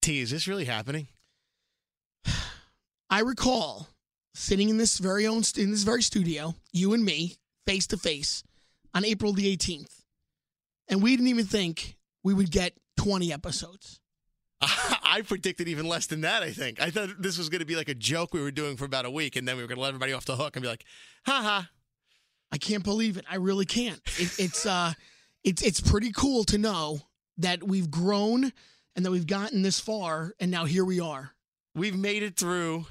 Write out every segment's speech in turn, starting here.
T, is this really happening? I recall sitting in this very own in this very studio, you and me, face to face, on April the 18th, and we didn't even think we would get 20 episodes. I predicted even less than that, I think. I thought this was going to be like a joke we were doing for about a week, and then we were going to let everybody off the hook and be like, ha ha. I can't believe it. I really can't. It, it's uh, it's it's pretty cool to know that we've grown and that we've gotten this far, and now here we are. We've made it through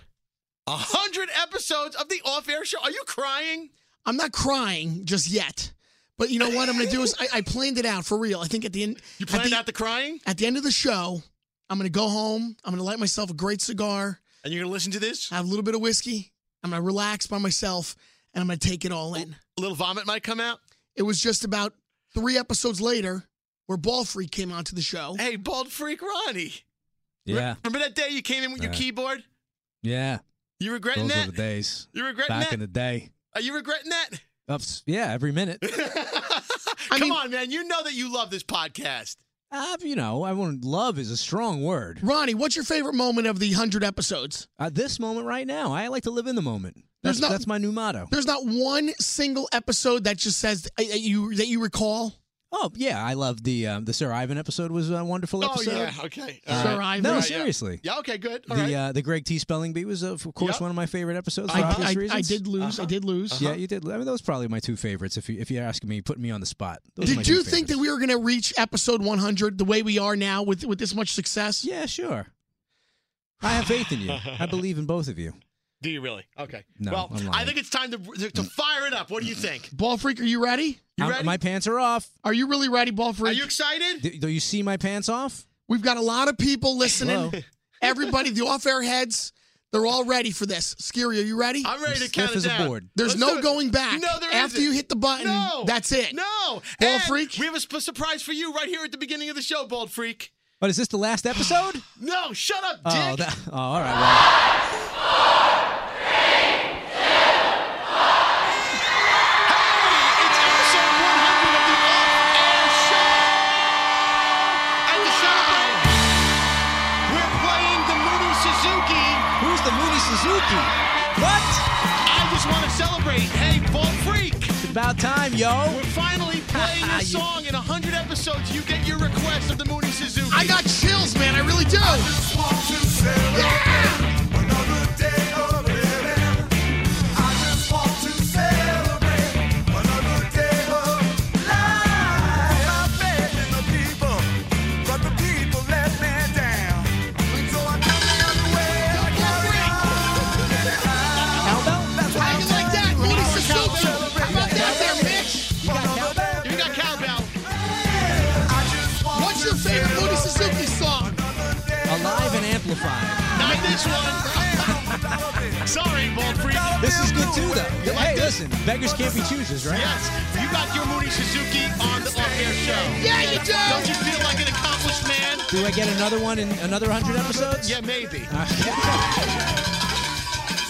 a hundred episodes of the off-air show. Are you crying? I'm not crying just yet, but you know what I'm going to do is I, I planned it out for real. I think at the end, You at planned the, out the crying, at the end of the show, I'm going to go home. I'm going to light myself a great cigar, and you're going to listen to this. have a little bit of whiskey. I'm going to relax by myself, and I'm going to take it all in. A little vomit might come out. It was just about three episodes later where Ball Freak came onto the show. Hey, bald freak Ronnie. Yeah, Remember that day you came in with your Yeah. keyboard? yeah. You regretting Those were that? the days You regretting back that? in the day. Are you regretting that? Ups, yeah, every minute. Come mean- on, man. You know that you love this podcast. Uh, you know, I wouldn't. Love is a strong word. Uh, Ronnie, what's your favorite moment of the hundred episodes? At this moment right now, I like to live in the moment. There's That's no- that's my new motto. There's not one single episode that just says uh, that you that you recall. Oh yeah, I love the um, the Sir Ivan episode was a wonderful episode. Oh yeah, okay. Uh, Sir Ivan. No, Yeah, yeah. seriously. Yeah, okay, good. All the right. uh, the Greg T spelling bee was uh, of course Yep. one of my favorite episodes. For I, obvious I, reasons. Uh-huh. I did lose. I did lose. Yeah, you did. I mean, those are probably my two favorites. If you if you're asking me, putting me on the spot. Those are my Did two you think that favorites. we were going to reach episode 100 the way we are now with with this much success? Yeah, sure. I have faith in you. I believe in both of you. Do you really? Okay. No, well, I'm lying. I think it's time to, to to fire it up. What do you think? Ball freak, are you ready? You I'm- ready? My pants are off. Are you really ready, ball Are freak? you excited? Do, do you see my pants off? We've got a lot of people listening. Hello? Everybody, the off-air heads, they're all ready for this. Scary, are you ready? I'm ready I'm to count stiff it as a down. board. There's Let's do no it. going back. No, there After isn't. you hit the button, No, that's it. No, Bald And freak? We have a sp- surprise for you right here at the beginning of the show, bald freak. But is this the last episode? No, shut up, Dick. oh, that, oh, all right. Well, It's episode 100 of the Off-Air Show. And to celebrate, we're playing the Moody Suzuki. who's the Moody Suzuki? What? I just want to celebrate. Hey, Bald Freak, It's about time, yo. we're finally playing a You- song in 100 episodes. You get your request of the Moody Suzuki. I got chills, man. I really do. How you like that? Moody Suzuki. How about that there, Mitch? You got cowbell. What's your favorite Moody Suzuki song? Alive and amplified. Not this one. Sorry, Bald Freak. This is good too, though. Hey, listen, beggars can't be choosers, right? Yes, you got your Moody Suzuki on the Off-Air Show. Yeah, you do. Don't you feel like an accomplished man? Do I get another one in another hundred episodes? Uh, Yeah, maybe.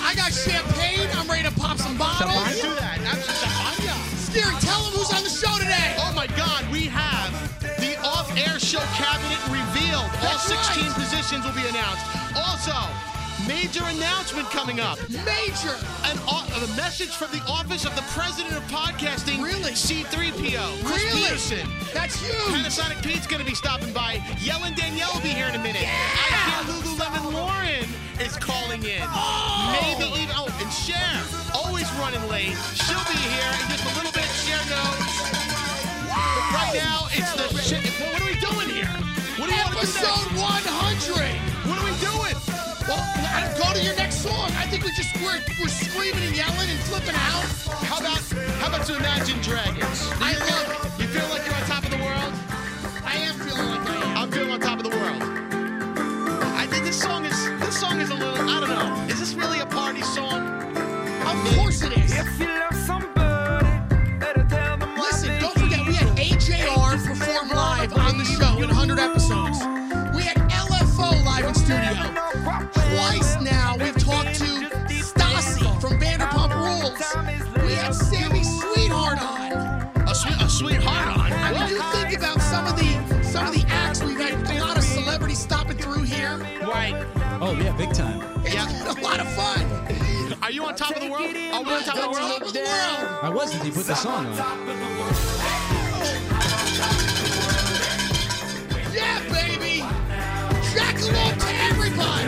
I got champagne. I'm ready to pop some Let's bottles. do that. Absolutely. Scary, tell them who's on the show today. Oh my God, we have the off-air show cabinet revealed. All That's 16 right. positions will be announced. Also, major announcement coming up. Major. An, o- a message from the office of the president of podcasting, Really? C3PO, Chris Really? Peterson. That's huge. Panasonic Pete's going to be stopping by. Yell and Danielle will be here in a minute. I hear Lululemon Lauren is calling in. Maybe even, oh, and Cher, always running late. She'll be here in just a little bit. Cher knows. But right now, it's the shit. What are we doing here? What do you want to do next? Episode 100. What are we doing? Well, I- go to your next song. I think we just we're, we're screaming and yelling and flipping out. How about, how about to Imagine Dragons? I love it. You feel like you're on top of the world? I am feeling like I am. I'm feeling on top of the world. I think this song is this song is a little I don't know. Is this really a party song? Of course it is. Listen, don't forget we had AJR perform live on the show in 100 episodes. We had LFO live in studio. Twice now we've talked to Stassi from Vanderpump Rules. We had Sammy Sweetheart on. A sweet a sweetheart there. Right. Oh yeah, big time. It's Yeah. a lot of fun. Are you on top of the world? Are we on top Top of the world? of the world. I was until you put the song on. Yeah, baby. Jackalope to everybody.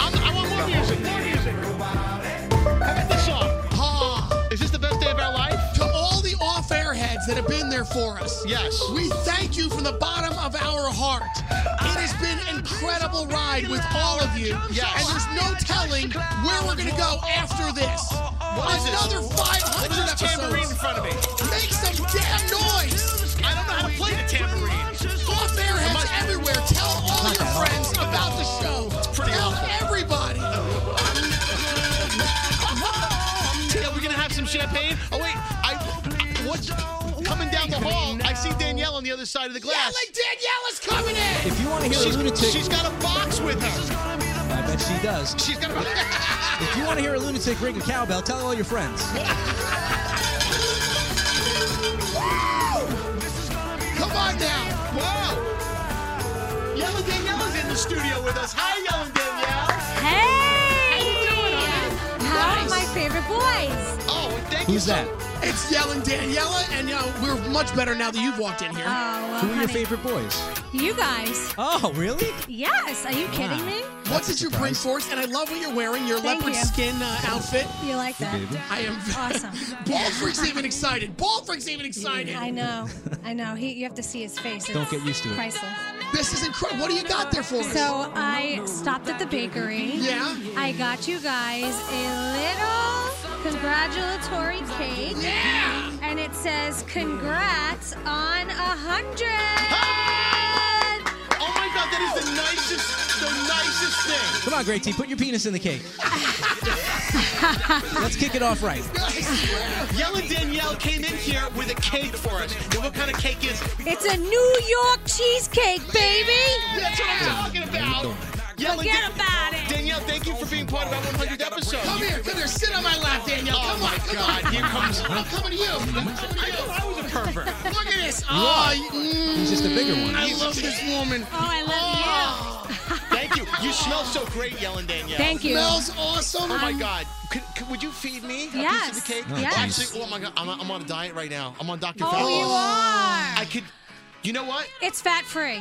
I'm, I want more music. More music. How about this song? Ha. Is this the best day of our life? To all the off-air heads that have been there for us. Yes. We thank you from the bottom of our heart. It has been an incredible ride with all of you. Yes. And there's no telling where we're going to go after this. What is this? Another 500 What's this tambourine in episodes. front of me? Make some damn noise. I don't know how to play the tambourine. Off-air heads everywhere. Tell all your friends about the show. pretty Tell awful. everybody. Yeah, we're gonna have some champagne. Oh wait, I, I what's coming down the hall? I see Danielle on the other side of the Yeah, glass. like Danielle is coming in. If you want to hear She's, a lunatic, she's got a box with her. I bet she does. She's got a If you want to hear a lunatic ring a cowbell, tell all your friends. Come on now. Whoa! Yellow Danielle's in the studio with us. Hi, Yellow Danielle. Hey! How are Nice. my favorite boys? Oh, and thank you. Who's so- that? It's yelling Daniela, and you know, we're much better now that you've walked in Oh, here. well, Who are your honey. favorite boys? You guys. Oh, really? Yes. Are you kidding me? What did you bring for us? And I love what you're wearing, your Thank leopard you. skin uh, outfit. You like that? baby. I am Awesome. Ball Freak's even excited. Ball Freak's even excited. I know. I know. He, you have to see his face. It's Don't get used to it. Priceless. This is incredible. What do you got there for us? So I stopped at the bakery. Yeah. I got you guys a little congratulatory cake. yeah. and it says congrats on a hundred. Oh my God, that is the nicest, the nicest thing. Come on, Great T, put your penis in the cake. Let's kick it off right. Yellow Danielle came in here with a cake for us. And what kind of cake is it? It's a New York cheesecake, baby. That's what I'm talking about. Yellow Forget Dan- about it. Danielle, thank you for being part of our 100th episode. Come here. Come here. Sit on my lap, Danielle. Oh come my on. Come God, on. here comes- I'm coming to you. I'm coming to I you. thought I was a pervert. Look at this. Oh, He's just a bigger one. I love this woman. Oh, I love you. Oh. Thank you. You smell so great, Yellen Danielle. Thank you. Smells awesome. Oh my I'm- God! Could, could, would you feed me a piece Yes. of the cake? Yes. Actually, oh my God, I'm, I'm on a diet right now. I'm on Dr. Oh, Fauci. you I are. could, you know what? It's fat free.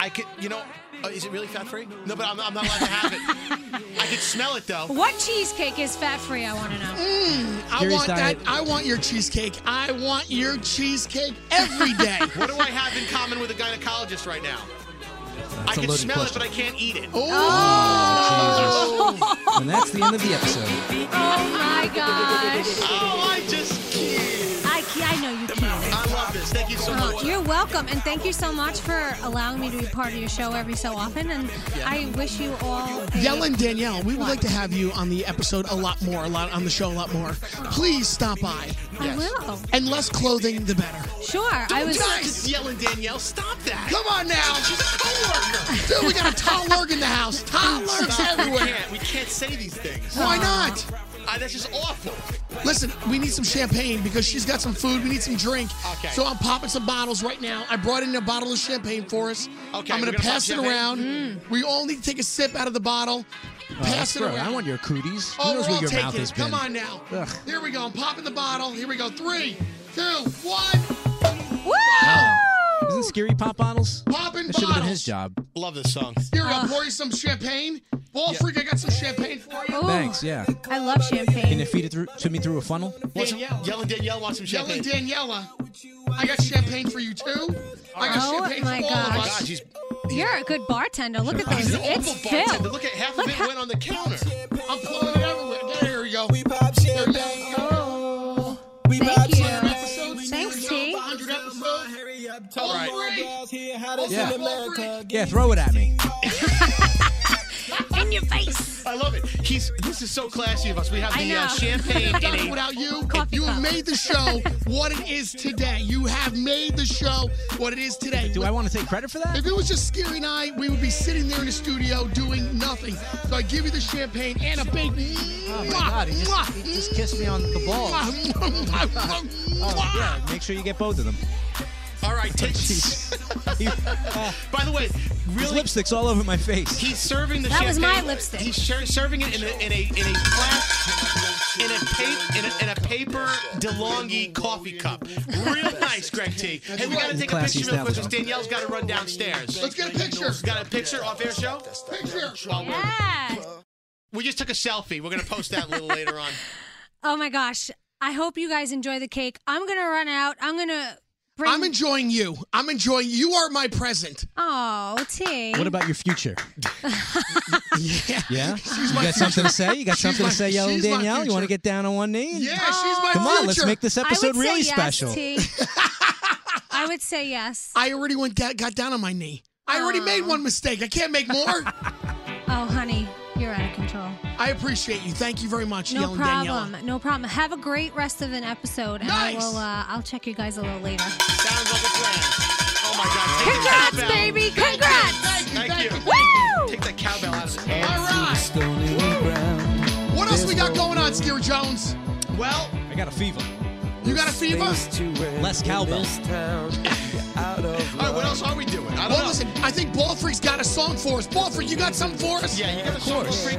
I could, you know, oh, is it really fat free? No, but I'm, I'm not allowed to have it. I could smell it though. What cheesecake is fat free? I want to know. Mm, I Gary's want diet. that. I want your cheesecake. I want your cheesecake every day. What do I have in common with a gynecologist right now? I a can loaded smell question. it, but I can't eat it. oh, And that's the end of the episode. Oh my gosh. Oh, I just can't. I ca- I know you can. I love this. Thank you so much. You're welcome, and thank you so much for allowing me to be part of your show every so often. And I wish you all. a- Yellen Danielle, we would like to have you on the episode a lot more, a lot on the show a lot more. Please stop by. I will. And less clothing, the better. Sure. I was. Just Guys, Yellen Danielle, stop that. come on now. She's a coworker. Dude, we got a Todd Lurg in the house. Todd Lurg's Stop. We everywhere. can't. We can't say these things. Why not? Ah, that's just awful. Listen, we need some champagne because she's got some food. We need some drink. Okay. So I'm popping some bottles right now. I brought in a bottle of champagne for us. Okay, I'm we're gonna, gonna pop pass it champagne? Mm. around. We all need to take a sip out of the bottle. Uh, pass it throw it. around. I want your cooties. oh, Who knows we're all where your taking mouth it. has been? Come on now. Ugh. Here we go. I'm popping the bottle. Here we go. Three, two, one. Woo! Oh. Isn't Scary Pop Bottles? Popping That should have been bottles. his job. Love this song. Here we go. Ah. Pour you some champagne. Ball freak, I got some champagne for you. Ooh, Thanks, yeah. I love Can you champagne. feed it through, to me through a funnel? Want some- Danielle. Yellen Danielle wants some Yelling champagne. Daniela. I got champagne for you too. I got Oh champagne my for all Oh of my gosh. us. God, she's You're a good bartender. Look at he's this. an awful It's bartender. filled. Look at half Look of it how- went on the counter. I'm pulling it everywhere. There we go. We pop champagne. Oh, We pop thank champagne. you. Thanks, T. 100 episodes. Hurry up, All talk right. more girls here. How this Yeah. in America? Yeah, throw it at me. In your face. I love it. He's. This is so classy of us. We have I the uh, know. champagne Done it in a. without you. Coffee you have cup. made the show what it is today. You have made the show what it is today. Do I want to take credit for that? If it was just Scary and I, we would be sitting there in the studio doing nothing. So I give you the champagne and a big. Oh kissed me on the Oh, Oh, Yeah, make sure you get both of them. All right, take. He- By the way, his really, lipstick's all over my face. he's serving the That was champagne. my lipstick. He's sher- serving it in a in a in a plastic in a paper in a, in a paper DeLonghi coffee cup. Real nice, Greg T. Hey, we gotta take a Classy picture real quick because establishment. Danielle's gotta run downstairs. Let's get a picture. Got a picture off air show? Picture. While we're- Yeah. we just took a selfie. We're gonna post that a little later on. Oh my gosh. I hope you guys enjoy the cake. I'm gonna run out. I'm gonna bring. I'm enjoying you. I'm enjoying you are my present. oh, T. What about your future? Yeah. Yeah? You got something to say? You got something my- to say, Yellen she's my Danielle? You want to future. get down on one knee? and- Yeah, she's my Come on, let's future. make this Oh. I would episode say really yes, special. T. I would say yes. I already went da- got down on my knee. I already made one mistake. I can't make more. Oh, honey, you're out of control. I appreciate you. Thank you very much, No Yellen problem. Danielle. No problem. Have a great rest of an episode, and I Nice. will. Uh, I'll check you guys a little later. Sounds like a plan. Oh my God! Take the Congrats, cowbell. baby! Congrats! Thank you. Woo! Take the cowbell out of his hand. All right. What else we got going on, Steer Jones? Well, I got a fever. You got a fever? Less cowbell. all right. What else are we doing? I don't Well, know. listen, I think Ball Freak's got a song for us. Ball Freak, you got something for us? Yeah, you got a song for freak.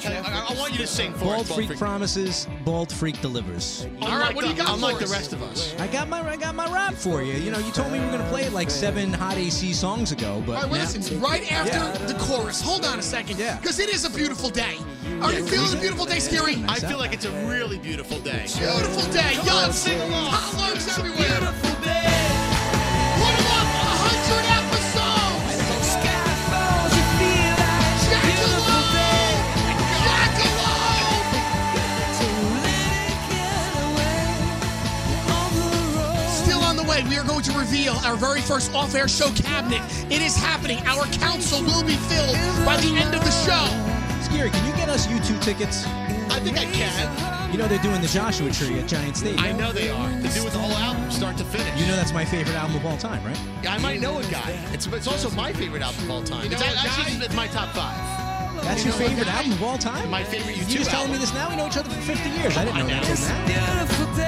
Hey, I, I want you to sing for Bald us, Bald freak, Freak. promises, bald freak delivers. All right, what do you got Unlike for the us? rest of us. I got my I got my rap for you. You know, you told me we were gonna play it like seven hot AC songs ago, All but right, well, listen, right after Yeah. the chorus. Hold on a second. Yeah. Because it is a beautiful day. Are you feeling a beautiful day, Scary? I feel like it's a really beautiful day. Beautiful day. Y'all sing along. Hollers everywhere. Beautiful day. What about 100 episodes? Jack alone. Jack alone. Still on the way, we are going to reveal our very first off air show cabinet. It is happening. Our council will be filled by the end of the show. Scary, can you get us U2 tickets? I think I can. You know they're doing the Joshua Tree at Giant Stadium. I know they are. They do with the whole album, start to finish. You know that's my favorite album of all time, right? I might know a guy. It's, it's also my favorite album of all time. know it's a actually guy? it's my top five. That's your favorite album of all time. My favorite You YouTube just telling me album. this now? We know each other for 50 years. I didn't I know that. know. till now.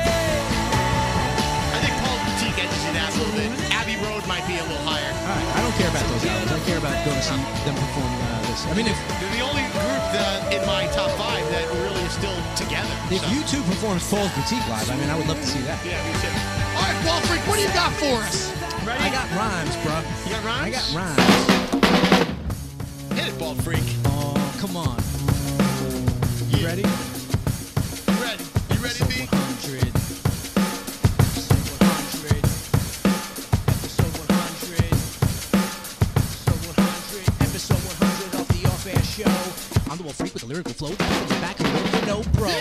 I think Paul T gets you that a little bit. Abbey Road might be a little higher. All right, I don't care about those albums. I care about going to see them perform uh, this. I mean, if They're the only group that in my top five that really is still together. if so. U2 performs Paul's Boutique live, I mean, I would love to see that. yeah, me too. All right, Ball Freak, what do you got for us? Ready? I got rhymes, bro. You got rhymes? I got rhymes. Hit it, Bald Freak. Oh, come on. You Yeah. ready? You ready? You ready, Episode B? 100. Episode 100. Episode 100. Episode 100. Episode 100 of the Off Air Show. I'm the one freak with the lyrical flow. From the back of the window, bro.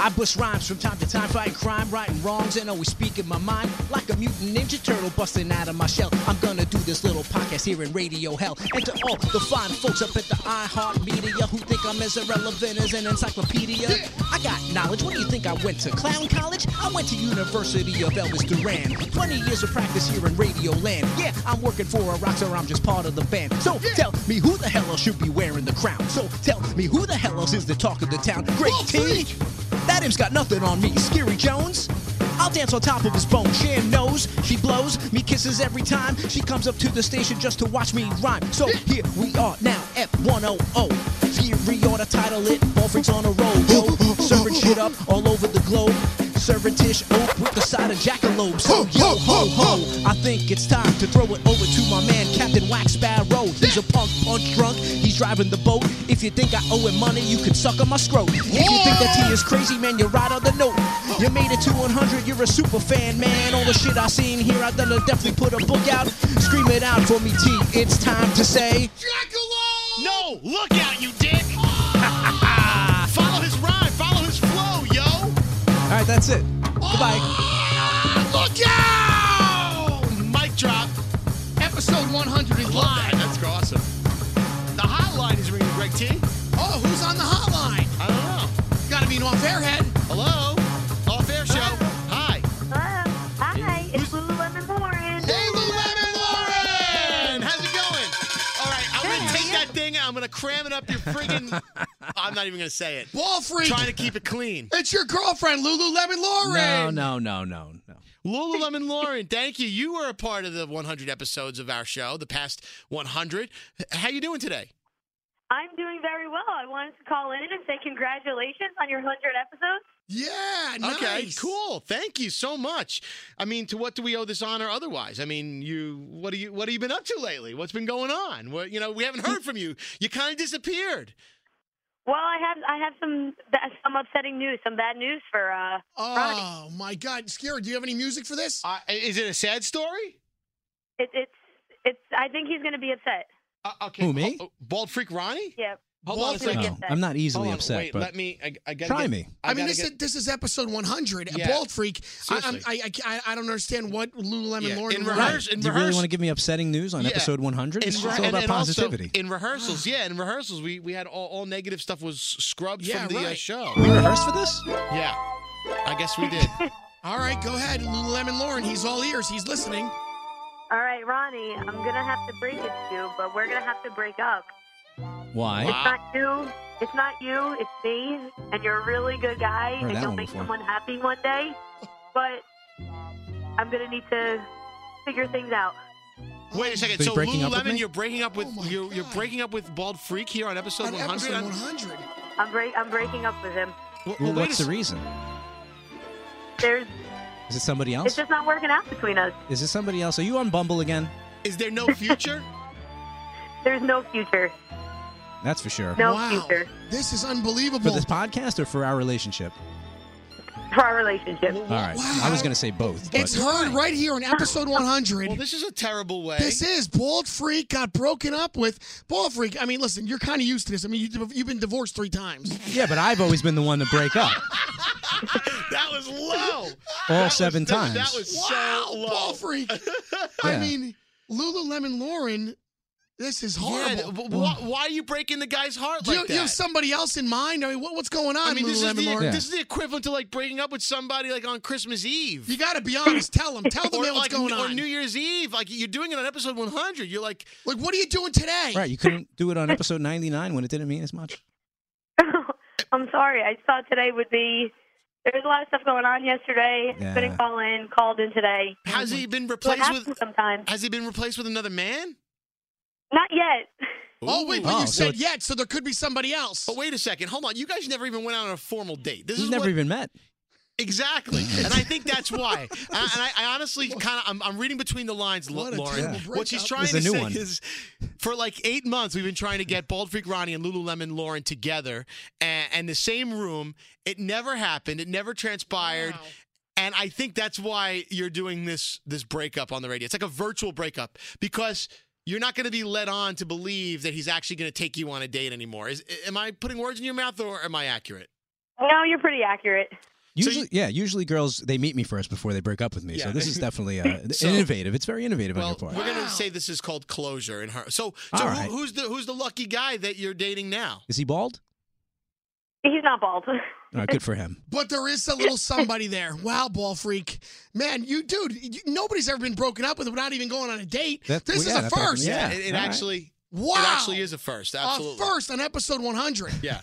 I bust rhymes from time to time, fighting crime, righting wrongs, and always speaking my mind like a mutant ninja turtle busting out of my shell. I'm gonna do this little podcast here in Radio Hell. And to all the fine folks up at the iHeart Media who think I'm as irrelevant as an encyclopedia, I got knowledge. What do you think I went to? Clown college? I went to University of Elvis Duran. 20 years of practice here in Radio Land. Yeah, I'm working for a rockstar, I'm just part of the band. So tell me who the hell else should be wearing the crown. So tell me who the hell else is the talk of the town. Great T. That name's got nothing on me. Scary Jones. I'll dance on top of his bone. Shan knows she blows me kisses every time she comes up to the station just to watch me rhyme. So here we are now, F100. oh. Fury ought to title it. Ball freaks on a roll, yo. Serving shit up all over the globe. Serving Tish Oak with the side of jackalope. So yo ho ho, I think it's time to throw it over to my man Captain Wax Sparrow. He's a punk punch drunk. He's driving the boat. If you think I owe him money, you could suck on my scrote. If you think that he is crazy, man, you're right on the note. You made it to 100, you're a super fan, man. All the shit I seen here, I done definitely put a book out. Scream it out for me, T. It's time to say. Jack alone. No, look out, you dick! follow his rhyme, follow his flow, yo! All right, that's it. Goodbye. Ah, look out! Mic drop, Episode 100 live. is live. That's awesome. The hotline is ringing, Greg T. Oh, who's on the hotline? I don't know. Gotta be an off air head. Hello? Off air show. Hi. Hi, it's Lululemon Lauren. Hey, Lou Lemon Lauren! And how's it going? All right, I'm going to take that thing and I'm gonna cram it up your friggin'. I'm not even gonna say it. Ball freak. Trying to keep it clean. It's your girlfriend, Lululemon No, Lauren. no, no, no, no. Lululemon Lauren, thank you. You were a part of the 100 episodes of our show, the past 100. H- How you doing today? I'm doing very well. I wanted to call in and say congratulations on your 100 episodes. Yeah, nice. Okay, cool. Thank you so much. I mean, to what do we owe this honor otherwise? I mean, you what are you what have you been up to lately? What's been going on? What you know, we haven't heard from you. You kind of disappeared. Well, I have I have some ba- some upsetting news, some bad news for uh Ronnie. Oh my God, Scary! Do you have any music for this? Uh, is it a sad story? It, it's it's I think he's going to be upset. Uh, okay. Who, me? oh, Bald freak Ronnie? Yeah. Hold Bald on a second. freak. No, I'm not easily Hold on, upset, wait, but let me. I, I gotta try get- me. I gotta mean, this get- is this is episode 100. Yeah. Bald freak. I, I'm- Seriously. I, I I I don't understand what Lululemon Yeah, Lauren. in was- rehearsal- right. in Do you really rehearse- want to give me upsetting news on Yeah. episode 100? It's rehe- all about also, positivity. in rehearsals, yeah, in rehearsals, we, we had all, all negative stuff was scrubbed Yeah, from the uh, right. show. we rehearsed for this? Yeah, I guess we did. All right, go ahead, Lululemon Lauren. He's all ears. He's listening. All right, Ronnie, I'm going to have to break it to you, but we're going to have to break up. Why? Wow. It's not you. It's not you. It's me. And you're a really good guy, Heard that and you'll one make before. someone happy one day. But I'm gonna need to figure things out. Wait a second. So So you're breaking up with Lululemon, me? you're breaking up with Oh my you're, you're God. breaking up with Bald Freak here on episode On 100. episode I'm- 100. I'm break. I'm breaking up with him. Well, Well, well, wait what's a the s- reason? There's. Is it somebody It's else? just not working out between us. Is it somebody else? Are you on Bumble again? Is there no future? There's no future. That's for sure. No wow, future this is For unbelievable. this podcast or for our relationship? for our relationship. All right. Wow. I was going to say both. But it's heard right here on episode 100. well, this is a terrible way. This is Bald Freak got broken up with. Bald Freak, I mean, listen, you're kind of used to this. I mean, you, you've been divorced three times. yeah, but I've always been the one to break up that was low. That all was- seven that was- times. That was so low. Bald Freak. I Yeah. mean, Lululemon Lauren, this is Yeah, horrible. wh- wh- why are you breaking the guy's heart do, you, like that? you have somebody else in mind? I mean, what, what's going on, I mean, this is, Lululemon the, Lauren? Yeah. this is the equivalent to like breaking up with somebody like on Christmas Eve. You got to be honest. Tell them. Tell the or man what's like, going or on. New Year's Eve. Like you're doing it on episode 100. You're like, like, what are you doing today? right. You couldn't do it on episode 99 when it didn't mean as much. I'm sorry. I thought today would be. There's a lot of stuff going on yesterday. Yeah. Couldn't call in. Called in today. Mm-hmm. has he been What replaced happens with? sometimes? Has he been replaced with another man? Not yet. Oh, wait, but Oh, you so said it's- yet, so there could be somebody else. But wait a second. Hold on. You guys never even went out on a formal date. This You've is never what, even met. exactly, and I think that's why. and I, and I, I honestly kind of I'm, I'm reading between the lines, Lo- What a Lauren. terrible What she's breakup. trying This to is a new say one. is, for like eight months, we've been trying to get Bald Freak Ronnie and Lululemon Lauren together, and, and the same room. It never happened. It never transpired. Wow. And I think that's why you're doing this this breakup on the radio. It's like a virtual breakup because you're not going to be led on to believe that he's actually going to take you on a date anymore. Is am I putting words in your mouth or am I accurate? No, you're pretty accurate. So Usually, yeah. Usually, girls they meet me first before they break up with me. So Yeah. this is definitely uh, So- innovative. It's very innovative Well, on your we're part. going to say this is called closure in her. So, so All who- right. who's the who's the lucky guy that you're dating now? Is he bald? He's not bald. All right, good for him. But there is a little somebody there. Wow, ball freak. Man, you dude, you, nobody's ever been broken up with without even going on a date. That- well, this yeah, is a that's happened, first. yeah. it, it all right. actually Wow. it actually is a first. a Absolutely. first on episode 100. Yeah.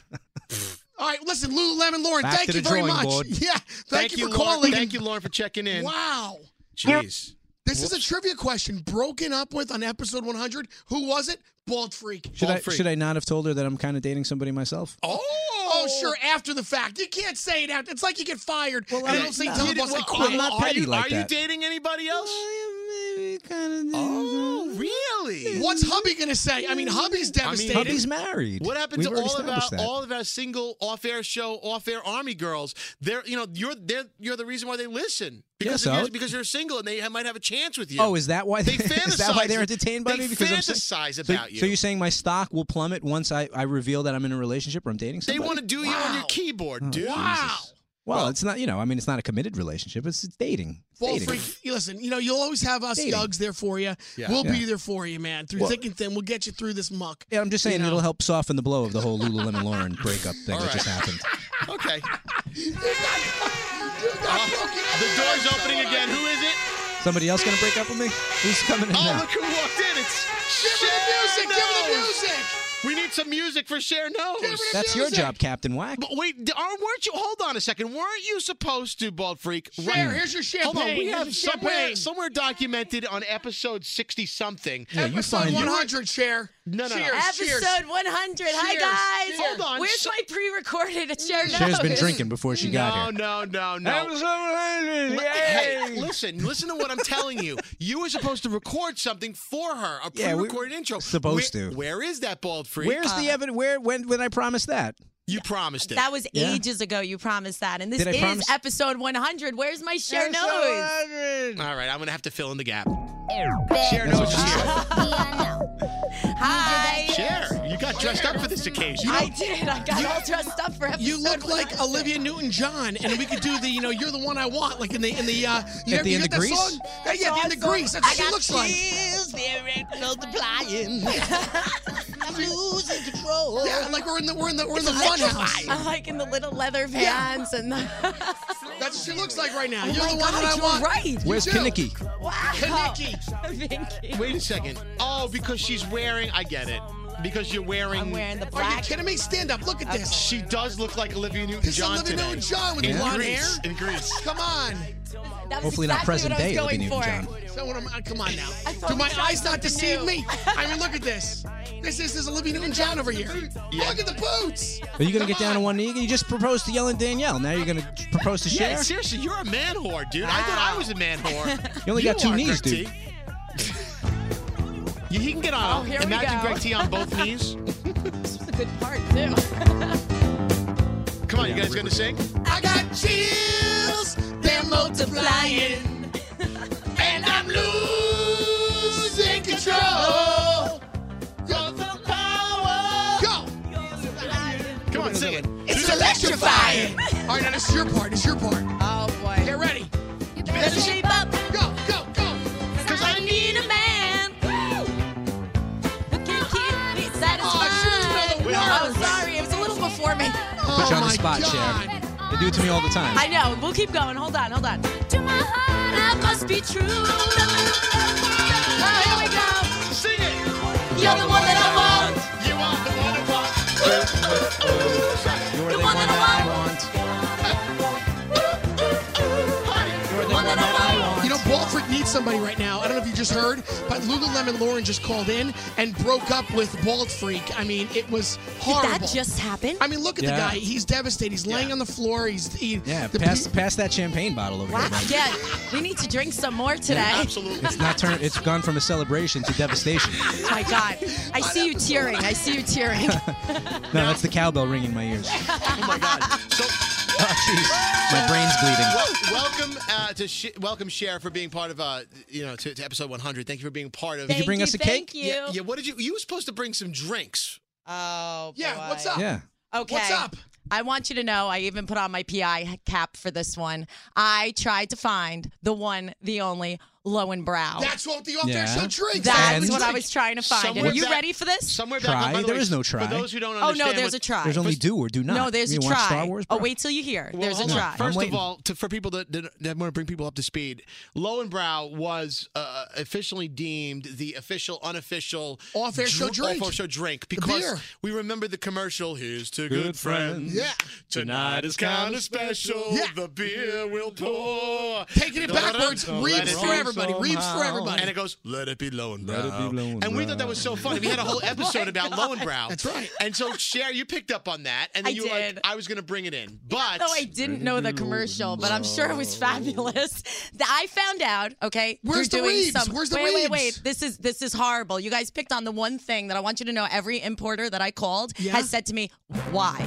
All right, listen, Lululemon Lauren, Back thank to you the very drawing much. board. Yeah, thank, you, for Lauren. calling. Thank you, Lauren, for checking in. Wow. Jeez. This is a trivia question. Broken up with on episode 100. Who was it? Bald freak. Should I Bald freak. should I not have told her that I'm kind of dating somebody myself? Oh, Oh, sure. After the fact, you can't say it after. It's like you get fired. Well, I Yeah, don't say you tell the didn't- boss I well, quit. I'm not are petty you, like are that. you dating anybody else? Oh, really? What's hubby gonna say? I mean, hubby's devastated. Hubby's married. What happened We've to already all of our established that. all of our single off-air show, off-air army girls? They're you know you're they're you're the reason why they listen because Yeah, of so- yours- because you're single and they ha- might have a chance with you. Oh, is that why They is that why fantasize- they're entertained by they me? Because I'm saying- fantasize so, about you. So you're saying my stock will plummet once I, I reveal that I'm in a relationship or I'm dating they somebody? Oh, want to do you on your Wow. keyboard, dude. Wow. Well, it's not you know I mean it's not a committed relationship. It's, it's dating. It's Well, dating. freak, you listen, you know, you'll always have us Dating. Yugs there for you. Yeah. We'll be Yeah. there for you, man. Through Well- thick and thin, we'll get you through this muck. Yeah, I'm just saying it'll help soften the blow of the whole Lululemon Lauren breakup thing All that just right. happened. Okay, You got broken up. Oh, the door's opening again. Who is it? Somebody else gonna break up with me? Who's coming in Oh, now? look who walked in. It's Give her the music. Give her the Shadows. music. We need some music for Cher Knows. That's your job, Captain Whack. But wait, d- aren't weren't you? Hold on a second. Weren't you supposed to, bald freak? Cher, here's your Hold on, champagne. we Here's have your somewhere champagne. somewhere documented on episode sixty something. Yeah, you Episode find it. 100, Cher. No, no, no. Cheers, Episode cheers. 100. Hi, Cheers. Mm. guys. Hold on. Where's So- my pre-recorded? Cher Cher's been knows. drinking before she got No, here. no, no, no. Li- Hey, listen, listen to what I'm telling you. You were supposed to record something for her, a Yeah, we- pre-recorded intro. supposed Where- to. Where is that bald freak? Where's the Uh, evidence? Where when when I promised that? you promised it? That was Yeah. ages ago. You promised that, and this Did I is promise- episode 100. Where's my Cher knows? All right, I'm gonna have to fill in the gap. Cher knows she's here. Hi. Cher, you got dressed up for this occasion. I did. I got all dressed up for episode. You look like 100. Olivia Newton-John, and we could do the, you know, you're the one I want, like in the in the. Uh, At the you end ever heard of that Grease? Song? Yeah, yeah, at the end of Grease. That's I what she got looks like. chills, they're multiplying. Yeah, like we're in the we're in the we're in the fun house. I'm like in the little leather pants and the. That's what she looks like right now. Oh You're my the one God, that I you're want. right. Where's too. Kinnicky? Wow. Kaneki. Thank you. Wait a second. Oh, because she's wearing. I get it. Because you're wearing. I'm wearing the Are you black. kidding me? Stand up. Look at this. She does look like Olivia This is Newton-John Olivia today. Newton-John with in blonde hair. Greece. In Greece. Come on. That was Hopefully not exactly present what I was day going Olivia for. Newton-John. So what am I- come on now. I thought Do my we tried eyes not deceive something new. me? I mean, look at this. This is, this is Olivia Newton-John over here. Look at the boots. Are you gonna Come get down on one knee? You just proposed to Yellen Danielle. Now you're gonna propose to Yeah, Cher. seriously, you're a man whore, dude. I thought I was a man whore. You only got two are, knees, Greg dude. T. yeah, he can get on. Oh, here we Imagine go. Greg T on both knees. This was a good part too. Come on, you guys gonna sing? I got chills. They're multiplying. And I'm losing control. Of the power. Go. Come on, sing it. It's electrifying. All right, now this is your part. It's your part. Oh boy. Get ready. Better shape up, Go, go, go. cause I need a man. Woo! Who can keep me I satisfied? should've known the Oh, words. sorry, it was a little before me. Oh Put you on the my spot, God. Cher. They do it to me all the time. I know. We'll keep going. Hold on, hold on. To my heart, I must be true. Oh, here we go. Sing it. You're the one that I want. You are the one who wants. Ooh, ooh, ooh. Sorry. You're the one that I want. You're the one that I want. You know, Baltrick needs somebody right now. I don't know if you just heard, but Lululemon Lauren just called in and broke up with Bald Freak. I mean, it was horrible. That just happened. I mean, look at Yeah. the guy. He's devastated. He's laying on the floor. He's he, Yeah, the pass pe- pass that champagne bottle over Wow. here. man. Yeah, we need to drink some more today. Absolutely. It's not turn. It's gone from a celebration to devastation. Oh my God. I see you tearing. I see you tearing. No, that's the cowbell ringing in my ears. Oh my God. So, Oh, jeez, my brain's bleeding. well, welcome uh, to Sh- welcome Cher for being part of uh, you know to, to episode 100. Thank you for being part of. Thank bring you, us a thank cake? You. Yeah, yeah. What did you? You were supposed to bring some drinks. Oh. Yeah, what's boy. up? Yeah. Okay. What's up? I want you to know I even put on my PI cap for this one. I tried to find the one, the only Lowenbrow. That's what the off-air Yeah. show drinks. That's And- what I was trying to find. And Somewhere Are you back- ready for this? Somewhere Try? back. by the There way, is no try. For those who don't Oh, no, understand, what- there's a try. There's only First- do or do not. No, there's you a wanna try. Watch Star Wars, oh, bro? wait till you hear. Well, there's a hold on. try. I'm First of waiting. all, to, for people that, that, that want to bring people up to speed, Lowenbrow was uh, officially deemed the official, unofficial Off-air show drink. off-air show drink because beer. we remember the commercial. Here's to good, Good friends. friends. Yeah. Tonight is kind of special. Yeah. The beer will pour. Taking it backwards. Don't let Reads it for be- everybody. Reads for And everybody. it goes, let it be Lowenbrow. Let it be Lowenbrow. And we thought that was so funny. We had a whole episode about Lowenbrow. That's right. And so, Cher, you picked up on that. And then I you were did. like, I was going to bring it in. But. Though I didn't know the commercial, but I'm sure it was fabulous. That I found out. Okay, Where's they're the doing Reeves? some. Where's the wait, wait, Reeves? wait. This is this is horrible. You guys picked on the one thing that I want you to know. Every importer that I called Yeah? has said to me, "Why,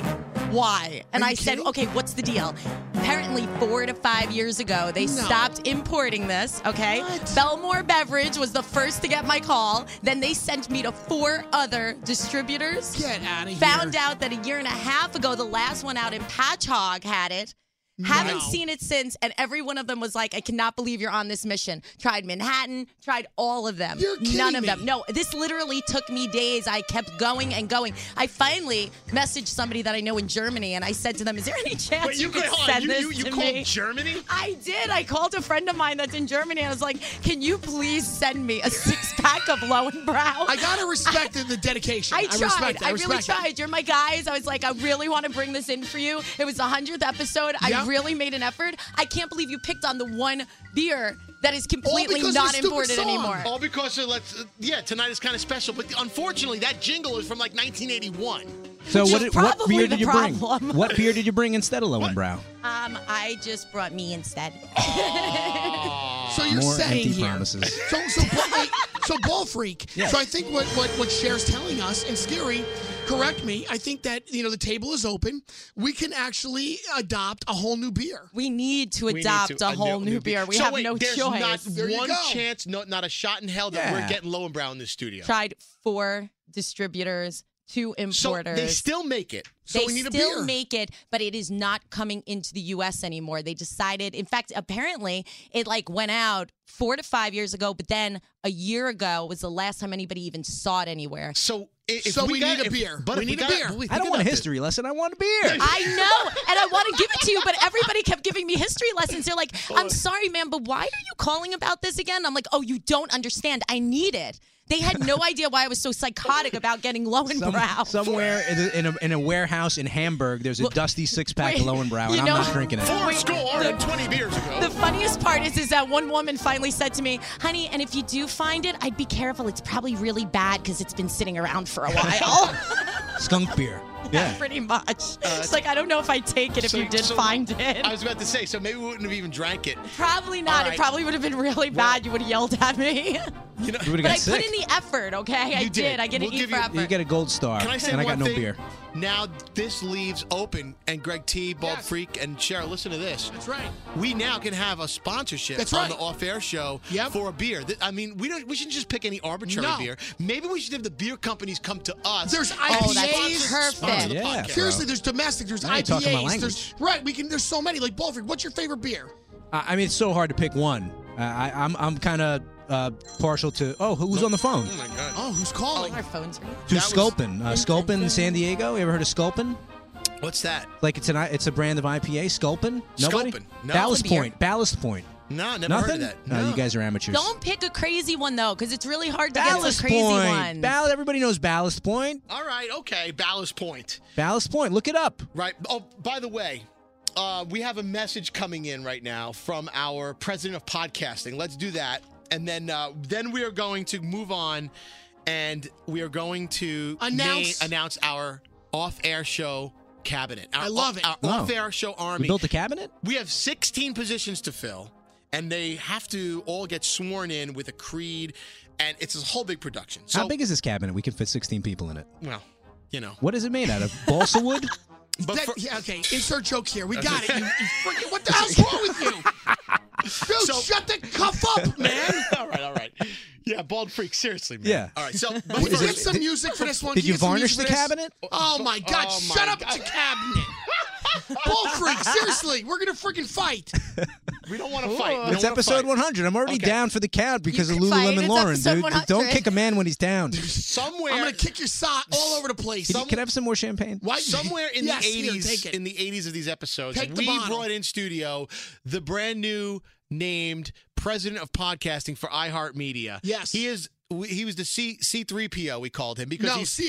why?" And Are I you said, kidding? "Okay, what's the deal?" Apparently, four to five years ago, they stopped importing this. Okay, Belmore Beverage was the first to get my call. Then they sent me to four other distributors Get out of here. found out that a year and a half ago, the last one out in Patchogue had it. Haven't Wow. seen it since, and every one of them was like, I cannot believe you're on this mission. Tried Manhattan, tried all of them. You're kidding None of me. them. No, this literally took me days. I kept going and going. I finally messaged somebody that I know in Germany, and I said to them, Is there any chance Wait, you could could hold on. send You, this you, you to called me? Germany? I did. I called a friend of mine that's in Germany. I was like, "Can you please send me a six pack of Lowenbrau?" I gotta respect the, the dedication. I tried. I, respect it. I, really respect it. tried. You're my guys. I was like, I really want to bring this in for you. It was the hundredth episode. Yeah. I really made an effort. I can't believe you picked on the one beer that is completely because of not a stupid imported song. anymore. All because of let's. Uh, yeah, tonight is kind of special, but unfortunately, that jingle is from like 1981. So Which what is did, what probably beer the did you bring? problem. What beer did you bring instead of Lowenbrow? Um, I just brought me instead. So you're More saying empty here. promises. So so ball, so ball freak. Yes. So I think what what what Cher's telling us and Scary, correct me. I think that you know the table is open. We can actually adopt a whole new beer. We need to We need adopt to- a whole new, beer. We so have wait, no there's choice. not you one go. chance, no, not a shot in hell that Yeah. we're getting low and brown in the studio. Tried four distributors, two So importers. they still make it. So they we need a still beer. make it, but it is not coming into the U.S. anymore. They decided. In fact, apparently, it like went out four to five years ago, but then a year ago was the last time anybody even saw it anywhere. So i- if So we got- need a if- beer. But We if need a got- beer. but we I don't want think a about this. history lesson. I want a beer. I know, and I want to give it to you, but everybody kept giving me history lessons. They're like, "I'm sorry, ma'am, but why are you calling about this again?" I'm like, "Oh, you don't understand. I need it." They had no idea why I was so psychotic about getting low and Some- brow. somewhere in a, in, a, in a warehouse in Hamburg, there's a dusty six pack of wait, Lowenbrow, and you I'm know- not drinking it. Four score and 20 beers ago. The funniest part is, is that one woman finally said to me, "Honey, and if you do find it, I'd be careful. It's probably really bad because it's been sitting around for a while, Skunk beer. Yeah. pretty much." It's like I don't know if I take it if Uh, So- you did so- find it. I was about to say, so maybe we wouldn't have even drank it. probably not. right. It probably would have been really bad. You would have yelled at me. You know, You would have but I got sick. put in the effort. Okay, I You did. did. I get We'll an E give for you- effort. you get a gold star, Can I say and I got one no thing? beer. Now this leaves open, and Greg T, Bob Freak, and Cher, listen to this. That's right. We now can have a sponsorship That's on right. the off-air show Yep. for a beer. Th- I mean, we don't. We shouldn't just pick any arbitrary No. beer. Maybe we should have the beer companies come to us. There's and IPAs. sponsor- That's sponsor the perfect. Yeah. podcast. Seriously, there's domestic, there's Now you're IPAs, talking my there's right. We can. There's so many. Like Ball freak. What's your favorite beer? I I mean, it's so hard to pick one. Uh, I, I'm I'm kind of uh, partial to. Oh, who's on the phone? Oh my god. Oh, who's calling? Our phones ring. To That was- Sculpin. Uh, Sculpin in San Diego. You ever heard of Sculpin? What's that? Like it's an I- it's a brand of IPA. Sculpin. Nobody. Sculpin. No. Ballast Beer. Point. Ballast Point. No, never Nothing. heard of that. No, you guys are amateurs. Don't pick a crazy one though, because it's really hard to get Ballast some crazy Point. ones. Ball- everybody knows Ballast Point. All right. Okay. Ballast Point. Ballast Point. Look it up. Right. Oh, by the way, uh, we have a message coming in right now from our president of podcasting. Let's do that, and then uh, then we are going to move on, and we are going to Announce- announce our off-air show cabinet. Our I love off- it. Our Wow. off-air show We army. built a cabinet. We have 16 positions to fill, and they have to all get sworn in with a creed, and it's a whole big production. So, Oh. How big is this cabinet? We can fit 16 people in it. well, you know, What is it made out of? Balsa wood? but That- for- yeah, okay, insert joke here. We got it. You, you freaking, what the hell's wrong with you? Dude, So- shut the cuff up, man. all right, all right. Yeah, bald freak. Seriously, man. Yeah. All right. So, but Can you first- get some music for this one? Did Can you get some varnish music the for this? cabinet? Oh my God! Oh my shut up, God. it's a cabinet. Bull freak, seriously, we're gonna freaking fight. we don't want to fight. We don't It's wanna episode fight. 100. I'm already Okay. down for the count because of can fight. Lululemon It's Lauren, episode dude. 100. Don't kick a man when he's down. Can, Somewhere, I'm gonna kick your sock all over the place. you- can I have some more champagne? Why- somewhere in Yes, the here, 80s, take it. in the 80s of these episodes, Take the we bottle. brought in studio the brand new named president of podcasting for iHeartMedia. Yes. he is. we- He was the C C three PO. We called him because no, he's. C-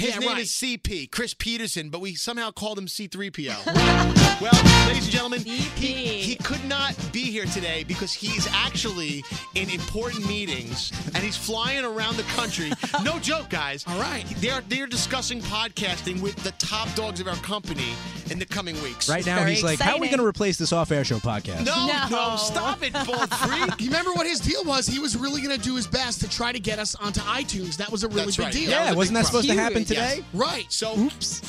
His yeah, name right. is CP, Chris Peterson, but we somehow called him C3PO. well, ladies and gentlemen, he, CP. he could not be here today because he's actually in important meetings and he's flying around the country. No joke, guys. All right. They're, they're discussing podcasting with the top dogs of our company in the coming weeks. Right now, Very he's like, how are we exciting. going to replace this off air show podcast? No, no, No. stop it, bald freak. You remember what his deal was? He was really gonna do his best to try to get us onto iTunes. That was a really That's big right. That deal. Yeah, was a wasn't big that supposed to happen problem. today? Yes. Right. So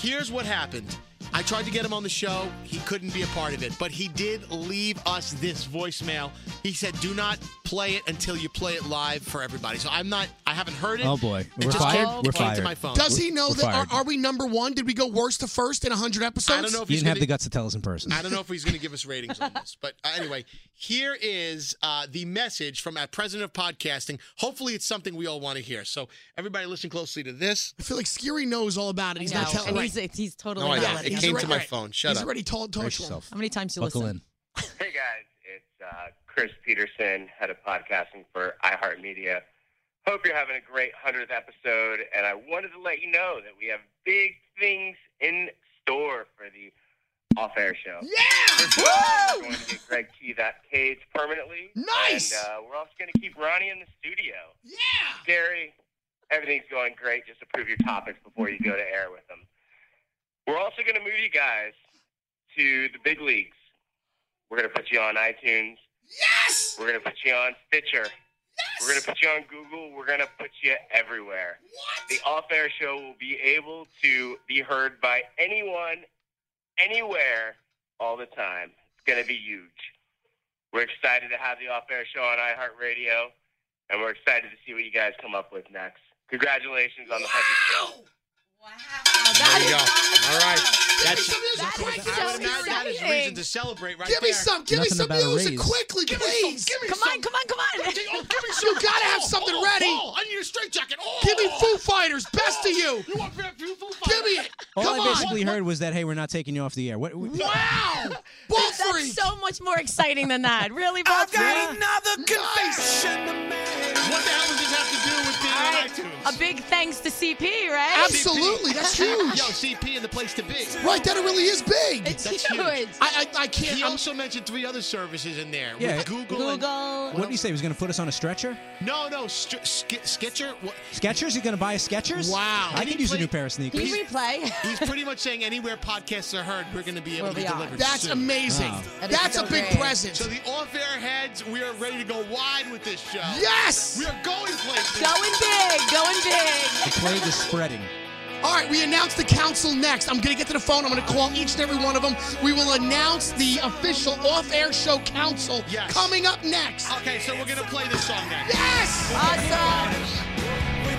here's what happened. I tried to get him on the show. He couldn't be a part of it, but he did leave us this voicemail. He said, "Do not play it until you play it live for everybody." So I'm not. I haven't heard it. Oh, boy. It We're just fired? Came, We're it came to fired. my phone. Does he know We're that? Are, fired. are we number one? Did we go worst to first in 100 episodes? I don't know if You he's didn't have gonna- the guts to tell us in person. I don't know if he's going to give us ratings on this, but uh, anyway, here is uh, the message from our president of podcasting. Hopefully, it's something we all want to hear. So, everybody, listen closely to this. I feel like Skiri knows all about it. He's not No, telling and right. he's, he's totally No, I not don't. letting It us came do to it. my phone. Shut He's up. already told, told Brace you. yourself. How many times you Buckle listen? in. Hey guys, it's uh, Chris Peterson, head of podcasting for iHeartMedia. Hope you're having a great 100th episode, and I wanted to let you know that we have big things in store for the off air show. First of all, We're going to get Greg Key that cage permanently. Nice! And uh, we're also going to keep Ronnie in the studio. Yeah! Gary, everything's going great. Just approve your topics before you go to air with them. We're also going to move you guys to the big leagues. We're going to put you on iTunes. Yes! We're going to put you on Stitcher. We're going to put you on Google. We're going to put you everywhere. What? The off air show will be able to be heard by anyone, anywhere, all the time. It's going to be huge. We're excited to have the off air show on iHeartRadio, and we're excited to see what you guys come up with next. Congratulations on the 100th show. There you go. All right. That's. Give me some music quick. I would imagine that is reason to celebrate right Give me there. some. Give me Nothing some about a music raise. quickly, please. Come on, come on, come on. Oh, You gotta have something ready. Oh, I need a straight jacket. Oh. Give me Foo Fighters. Best of you. You want Foo Fighters? Give me it. All Come I basically on. heard was that, hey, we're not taking you off the air. What? Wow. Bull freak. That's so much more exciting than that. Really, Bob? Nice. What the hell does this have to do with being All on right. iTunes? A big thanks to CP, right? Absolutely. That's huge. Yo, CP in the place to be. Right. That really is big. It's That's huge. huge. I I, I can't. He I'm, also mentioned three other services in there. Yeah. With Google. and- Google. What did he say? He was going to put us on a stretcher? no, no. St- sk- Sketcher. What? Skechers? He's going to buy a Skechers? Wow. I Any could use a place- new pair of Can sneakers. you replay? He's pretty much saying anywhere podcasts are heard, we're going to be able Where to we are. deliver. that's soon. amazing. Wow. That is That's so a big great. present. So the off-air heads, we are ready to go wide with this show. yes. We are going places. Going big, going big. The plague is spreading. All right, we announce the council next. I'm going to get to the phone. I'm going to call each and every one of them. We will announce the official off air show council Yes. coming up next. Okay, so we're going to play this song next. Yes! Awesome.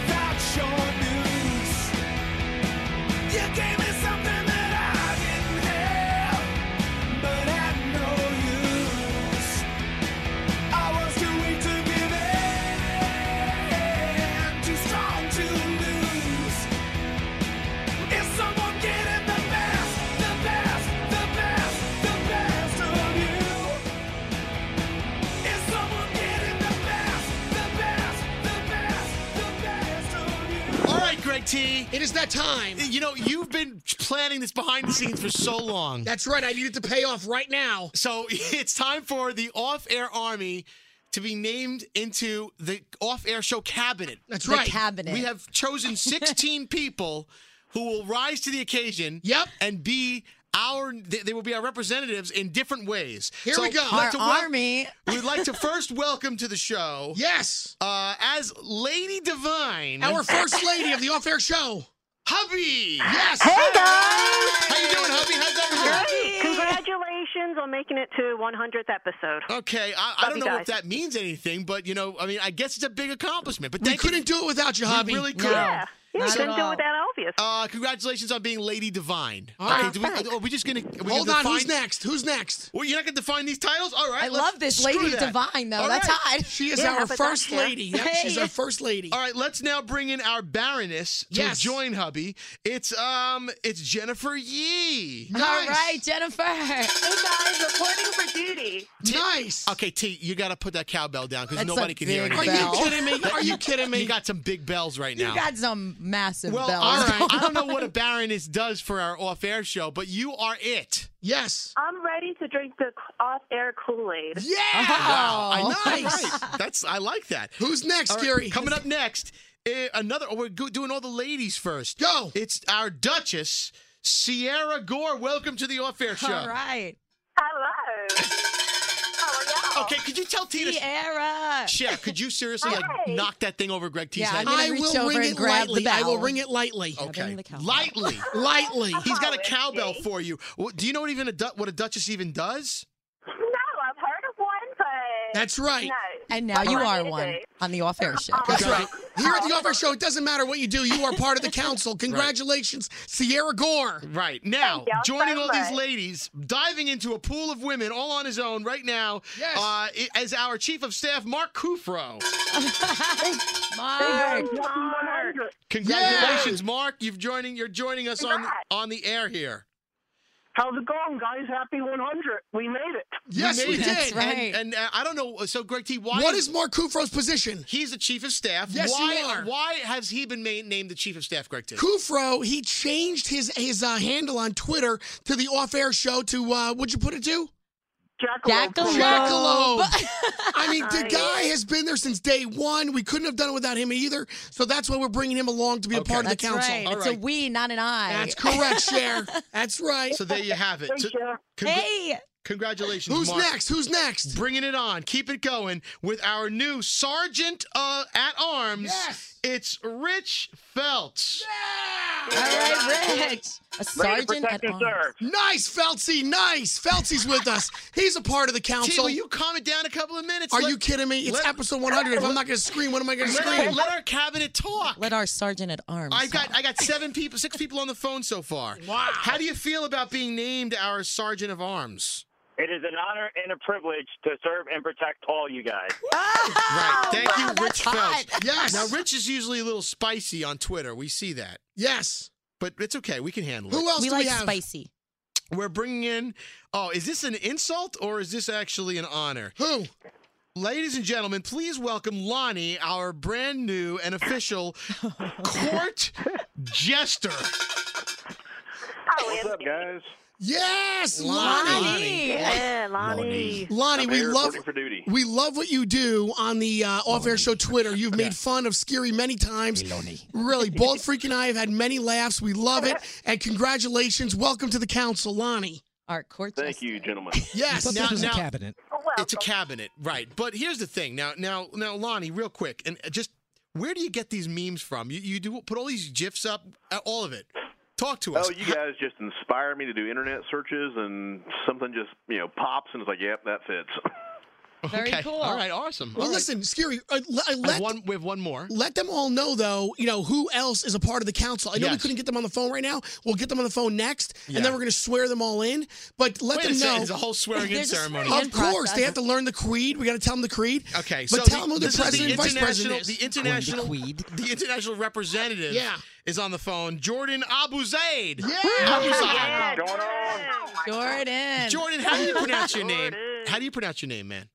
All right, Greg T. It is that time. You know, you've been planning this behind the scenes for so long. That's right. I need it to pay off right now. So it's time for the off-air army to be named into the off-air show cabinet. That's The right. cabinet. We have chosen 16 people who will rise to the occasion. Yep. And be our they they will be our representatives in different ways. Here we go. we'd Our like to wel- army. We'd like to first welcome to the show yes. uh, as Lady Divine, Our first lady of the off air show. hubby. Yes. How you doing, hubby? How's everything? Congratulations on making it to 100th episode. Okay, I, I don't you know if guys. that means anything, but you know, I mean, I guess it's a big accomplishment. But We thank you- couldn't do it without you, we hubby. really could. Yeah, yeah, Not couldn't at do all. it without Elvis. Uh, congratulations on being Lady Divine. All right. do we, are we just gonna are we Hold gonna on. define- Who's next? Who's next? Well, you're not gonna define these titles. All right. I let's- love this screw lady that. divine though. All That's right. hot. She is Yeah, our how about first that, yeah? lady. Yep, she's our first lady. All right, let's now bring in our Baroness to Yes. join hubby. It's um, it's Jennifer Yee. Nice. All right, Jennifer. Hey guys, reporting for duty. Nice. Okay, T, you got to put that cowbell down because That's nobody a can hear big Are anything. bell. you kidding me? Are you kidding me? You got some big bells right now. You got some massive well, bells. all right. I don't know what a Baroness does for our off-air show, but you are it. yes. I'm ready to drink the off-air Kool-Aid. Yeah. Wow, I know. Nice. Right. That's I like that. Who's next, All right, Gary? Coming up next, eh, another. oh, we're go- doing all the ladies first. Go. It's our Duchess Sierra Gore. Welcome to the off-air show. All right. Hello. How are Tina, y'all? okay, could you tell Tina? Sierra. Cher, could you seriously like Hi. knock that thing over Greg T's Yeah, head? I'm gonna I reach will over ring and it grab the lightly. I will bell. ring it lightly. Okay. bring the cowbell. Lightly. Lightly. He's got a Apology. cowbell for you. Well, Do you know what even a du- what a duchess even does? No, I've heard of one, but That's right. no. And now you Oh, are amazing. one on the off air show. That's right. Here at the Offer Show, it doesn't matter what you do. You are part of the council. Congratulations, Sierra Gore. Right. Now, y'all joining so all these much. ladies, diving into a pool of women all on his own right now Yes. uh, i- as our chief of staff, Mark Kufro. Mark. Mark. Congratulations, Mark. You've joining you're joining us on Congrats. on the air here. How's it going, guys? Happy 100. We made it. Yes, we made it. did. right. And, and uh, I don't know. So, Greg T, why What is Mark Kufro's position? He's the chief of staff. Yes, you why, are. Why has he been ma- named the chief of staff, Greg T? Kufro, he changed his his uh, handle on Twitter to the Off Air Show to uh, what'd you put it to? Jackalope. Jackalope. Jackalope. I mean, the Nice. guy has been there since day one. We couldn't have done it without him either. So that's why we're bringing him along to be a part of the That's council. right. All It's right. a we, not an I. That's correct, Cher. Oh That's right. So there you have it. Thanks, So- Cher. congr- hey. Congratulations, Who's Mark. next? Who's next? Bringing it on. Keep it going with our new sergeant uh, at arms. Yes. It's Rich Phelps. All right, Rich. A Ready to sergeant protect at and arms. serve. Nice, Feltzy. Nice. Feltsy's with us. He's a part of the T, council. will you calm it down a couple of minutes? Are Let- you kidding me? It's let- episode 100. If I'm not going to scream, what am I going to Let, scream? let our cabinet talk. Let our sergeant at arms. I got talk. I got seven people, six people on the phone so far. Wow. How do you feel about being named our sergeant of arms? It is an honor and a privilege to serve and protect all you guys. right. Thank wow, you, Rich that's hot. Phelps. Oh Yes. Now, Rich is usually a little spicy on Twitter. We see that, yes. but it's okay. We can handle Who it. else We do like we have? spicy. We're bringing in. Oh, is this an insult or is this actually an honor? Who? Ladies and gentlemen, please welcome Lonnie, our brand new and official court jester. What's up, guys? Yes, Lonnie. Lonnie. Yeah, Lonnie. Lonnie, I'm we here love reporting for duty. we love what you do on the uh, off air show Twitter. You've made fun of Scary many times. Really, Bald Freak and I have had many laughs. We love it, and congratulations, welcome to the council, Lonnie. Our court Thank jester. you, gentlemen. Yes, But Now- that was now- a cabinet. Oh, It's a cabinet, right? But here's the thing. Now, now, now, Lonnie, real quick, and just where do you get these memes from? You you do put all these gifs up, uh, all of it. Talk to us. Oh, you guys just inspire me to do internet searches, and something just you know pops, and it's like, yep, that fits. Very okay. cool. All right. Awesome. well, All right. listen, Scary, uh, le- uh, I have let one. We have one more. let them all know though, you know who else is a part of the council. I know we Yes. couldn't get them on the phone right now. We'll get them on the phone next, Yeah. and then we're going to swear them all in. But let Wait a them second. know. There's a whole swearing-in There's a ceremony. swearing-in. Of course, they process. have to learn the creed. We got to tell them the creed. Okay, but so tell the- them who the this is president, and vice president, is. The international, queed. the international representative Yeah. is on the phone. Jordan Abu Zaid. Yeah. Abu Zaid. Yeah, Going on? Jordan. Jordan, how do you pronounce your name? How do you pronounce your name, man?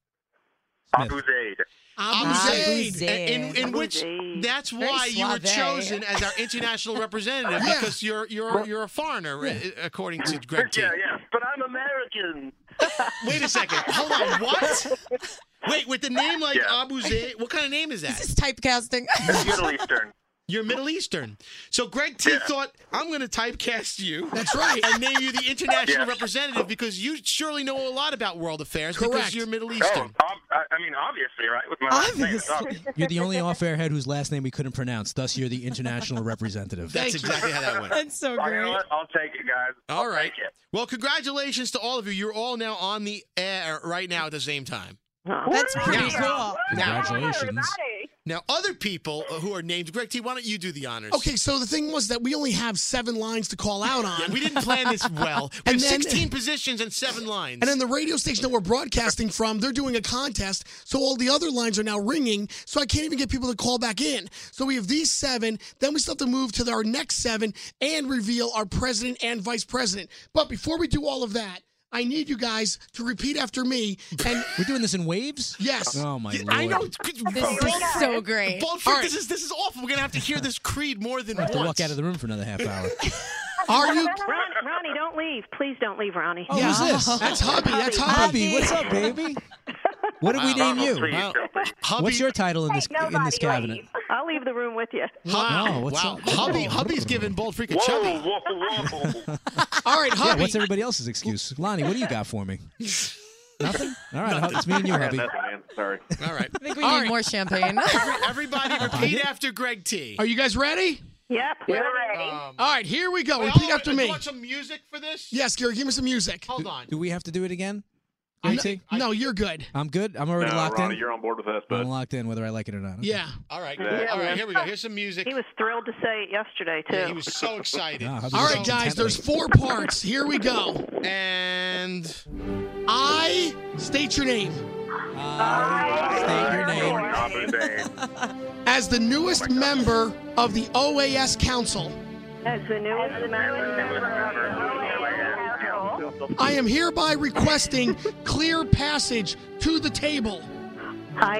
Abu Zaid. Abu Abu Zaid. Zaid. In, in, in Abu which Zaid. that's why you were suave. chosen as our international representative Yeah. because you're you're you're a foreigner uh, according to Greg T. Yeah, yeah. But I'm American. Wait a second. Hold on. What? Wait, with the name like Yeah. Abu Zaid, what kind of name is that? This is typecasting. Middle Eastern. You're Middle Eastern. So Greg T Yeah. thought, I'm going to typecast you That's right. and name you the Yeah. international representative because you surely know a lot about world affairs Correct. because you're Middle Oh, Eastern. ob- I, I mean, obviously, right? With my last name, it's obvious. You're the only off air head whose last name we couldn't pronounce. Thus, you're the international representative. That's exactly how that went. That's Oh, so you know great. what? I'll take it, guys. All right. Take it. Well, congratulations to all of you. You're all now on the air right now at the same time. That's pretty Now- cool. Congratulations. Now, other people uh, who are named Greg T, why don't you do the honors? Okay, so the thing was that we only have seven lines to call out on. Yeah, we didn't plan this well. We And have then- 16 positions and seven lines. and then the radio station that we're broadcasting from, they're doing a contest, so all the other lines are now ringing, so I can't even get people to call back in. So we have these seven, then we still have to move to our next seven and reveal our president and vice president. But before we do all of that, I need you guys to repeat after me. And We're doing this in waves? yes, Oh, my Lord. I know. This Bald- is so great. Bald All Freak, right. this is this is awful. We're gonna have to hear this creed more than I have once. to walk out of the room for another half hour. are you? Ron, Ronnie, don't leave. Please don't leave, Ronnie. Oh, who's this? That's hubby. That's hubby. Hobby. What's up, baby? What did we name Donald, you? please Wow. don't leave. Hubby, What's your title in this in this cabinet? I'll leave the room with you. hubby, Wow, what's wow. up? Hubby, hubby's giving Bald Freak a Whoa, chubby. whoa, whoa. All right, hubby. Yeah, what's everybody else's excuse? Lonnie, what do you got for me? Nothing? All right. It's me and you, I got hubby. nothing, man. Sorry. All right. I think we need more champagne. Everybody repeat after Greg T. Um, Are you guys ready? Yep, we're ready. All right, here we go. Repeat after You me. want some music for this? Yes, Gary, give me some music. Hold on. Do we have to do it again? I'm Greg T? not- no, you're good. I'm good. I'm already No, locked Ronnie, in. you're on board with us, I'm but locked in, whether I like it or not. Okay. Yeah. All right. Yeah. All right. Here we go. Here's some music. He was thrilled to say it yesterday too. Yeah, he was so excited. Wow, hubby's All so right, guys, there's intimidating. four parts. Here we go. And I state your name State Oh your name. my God, Boo Dang. as the newest member of the OAS Council. As the newest member. I am hereby requesting clear passage to the table. I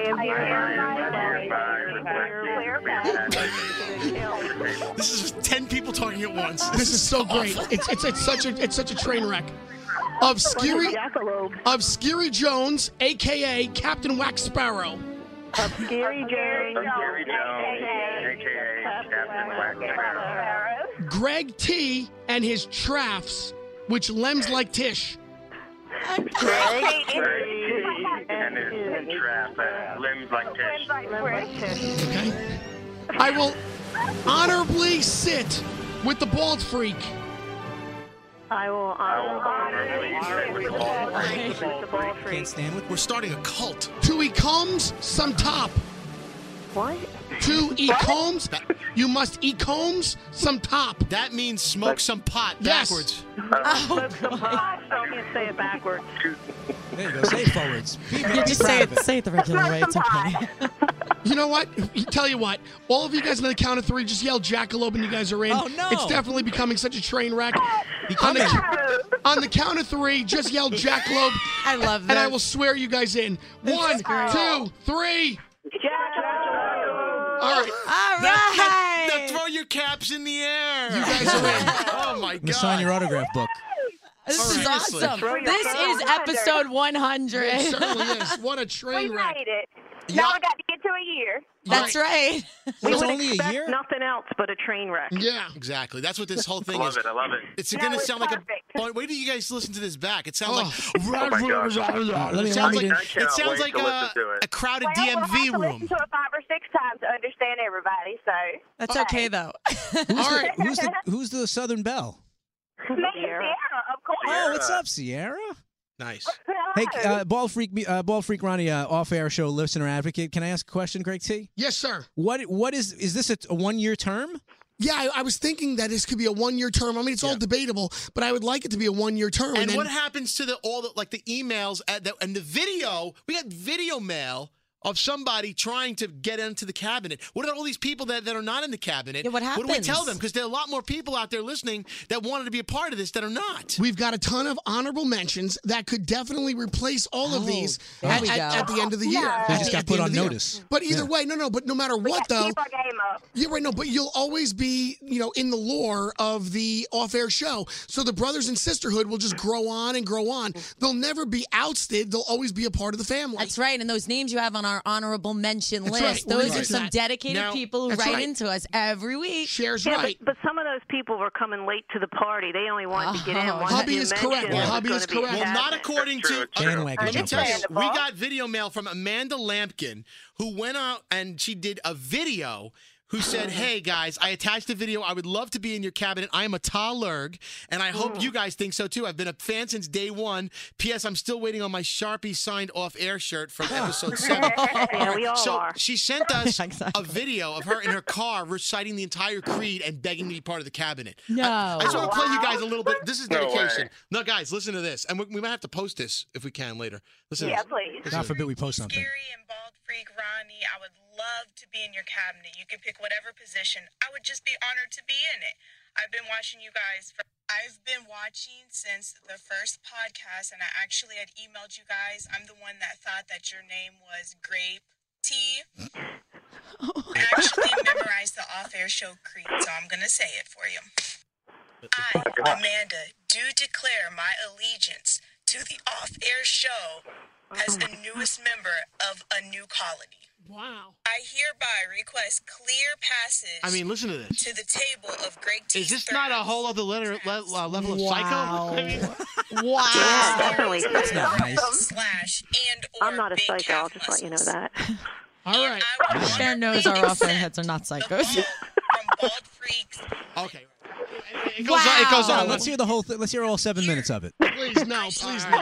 am this is just 10 people talking at once. This is so great. It's, it's, it's such a it's such a train wreck. Of Skiri Jackalope, of Skiri Jones, aka Captain Wax Sparrow. Gary Jerry, Gary Jones, AKA Captain Wax Sparrow. Greg T and his traffs, which lems like Tish. And his trap uh, limbs like Tish. Okay. I will honorably sit with the bald freak I will honorably sit with the ball freak. the ball Can't stand with We're starting a cult. till he comes some top. What? To eat combs, you must eat combs some top. That means smoke some pot Yes. backwards. I can't say it backwards. There you go. Say forwards. Be, be Yeah, just proud say of it. Say it the regular way. It's okay. You know what? Tell you what, all of you guys on the count of three just yell jackalope and you guys are in. Oh, no. It's definitely becoming such a train wreck. On Becoming. the, on the count of three, just yell jackalope I love that. and I will swear you guys in. One, two, three. All right. All That's right. Now throw your caps in the air. You guys are in. oh my I'm gonna sign your god. autograph book. This is Seriously. awesome. Throw your This phone is under. episode 100. It certainly is. What a We train wreck. made it. Y'all- Now we got to get to a year. That's right. So it's would only a expect year. Nothing else but a train wreck. Yeah. Exactly. That's what this whole I thing love is. it. I love it. It's No, going to it's sound like a. perfect. Boy, wait till you guys listen to this back. It sounds Oh. like. Oh my God. Let me- It let sounds me just- like, I it cannot sounds wait like to listen to a, it. a crowded Well, we'll have DMV to room. listen to it five or six times to understand everybody. So That's okay, though. All right. Who's the Who's the Southern Belle? Me and Sierra, of course. Oh, what's up, Sierra? Nice. Hey, uh, ball freak, me- uh, ball freak, Ronnie, uh, off-air show listener advocate. Can I ask a question, Greg T? Yes, sir. What What is is this a, a one-year term? Yeah, I, I was thinking that this could be a one-year term. I mean, it's all debatable, but I would like it to be a one-year term. And, then- what happens to the all the like the emails at the, and the video? We had video mail of somebody trying to get into the cabinet. What about all these people that, that are not in the cabinet? Yeah, what What do we tell happens? them? Because there are a lot more people out there listening that wanted to be a part of this that are not. We've got a ton of honorable mentions that could definitely replace all of Oh, these there at, we at- go. at the end of the year. They At just the- got at the put end on of the year. notice. But either way, no, no. But no matter what, Gotta though, Keep our game up. Yeah, right. No, but you'll always be, you know, in the lore of the off-air show. So the brothers and sisterhood will just grow on and grow on. They'll never be ousted. They'll always be a part of the family. That's right. And those names you have on our honorable mention That's right. list, We're those gonna are do some that. dedicated Now- people who That's write right. into us every week. Shares Yeah, right. but, but some of those people were coming late to the party. They only wanted to get in. Oh. once Hubby you is mentioned correct. it was Hubby gonna is be a correct. Well, not cabinet. according That's true, to. it's true. Bandwagon Let me jumpers. tell you, we Understandable. got video mail from Amanda Lampkin, who went out and she did a video. Who said, "Hey guys, I attached a video. I would love to be in your cabinet. I am a Talurg, and I Mm. hope you guys think so too. I've been a fan since day one. P.S. I'm still waiting on my Sharpie signed off air shirt from episode seven. Yeah, we all so are. she sent us a video of her in her car reciting the entire creed and begging to be part of the cabinet. No. I, I just want to play you guys a little bit. This is No dedication. way. No, guys, listen to this, and we, we might have to post this if we can later. Listen. Yeah, to please. this. God forbid we post something. Gary and Bald Freak Ronnie, I would love to be in your cabinet. You can pick whatever position. I would just be honored to be in it. I've been watching you guys for I've been watching since the first podcast and I actually had emailed you guys. I'm the one that thought that your name was Grape Tea. I actually memorized the off-air show creed, so I'm going to say it for you. I, Amanda, do declare my allegiance to the off air show as the newest member of a new colony. Wow. I hereby request clear passage. I mean, listen to this. To the table of Greg T. Is this not a whole other letter, le, uh, level of psycho? I mean, Wow. Yeah, definitely. That's not nice. Slash and or I'm not a psycho. I'll just let you know that. All right. Sharon knows our off our heads are not psychos. okay. It goes on. It goes on. Let's hear the whole. Th- let's hear all seven minutes of it. Please no, please no, please no.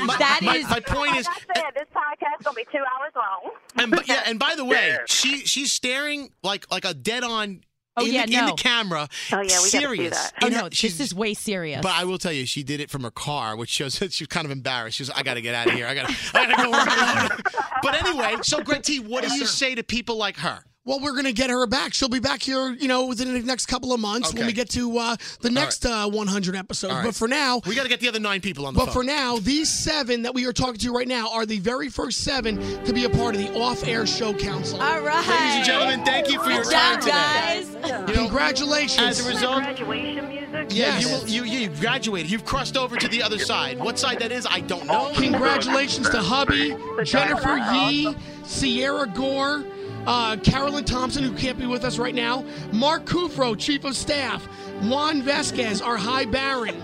My, That my, is- my point is, it. This podcast will be two hours long. and b- yeah, and by the way, she she's staring like like a dead on. Oh, in, yeah, the, in the no. camera. Oh, yeah, we gotta do serious. that. In Oh, her- no, this she's- is way serious. But I will tell you, she did it from her car, which shows that she was kind of embarrassed. She was, I got to get out of here. I got to, I got to go work alone. But anyway, so Greg T, what do you say to people like her? Well, we're gonna get her back. She'll be back here, you know, within the next couple of months when Okay. we get to uh, the next uh, 100 episodes. All right. But for now, we got to get the other nine people on the But phone. for now, these seven that we are talking to right now are the very first seven to be a part of the off-air show council. All right, ladies and gentlemen, thank you for your time today. You know, Congratulations. As a result, graduation music. Yeah, you, will- you, you you've graduated. You've crossed over to the other side. What side that is, I don't know. Congratulations to hubby Jennifer Yee, Sierra Gore, uh, Carolyn Thompson, who can't be with us right now, Mark Kufro, Chief of Staff, Juan Vasquez, our High Baron.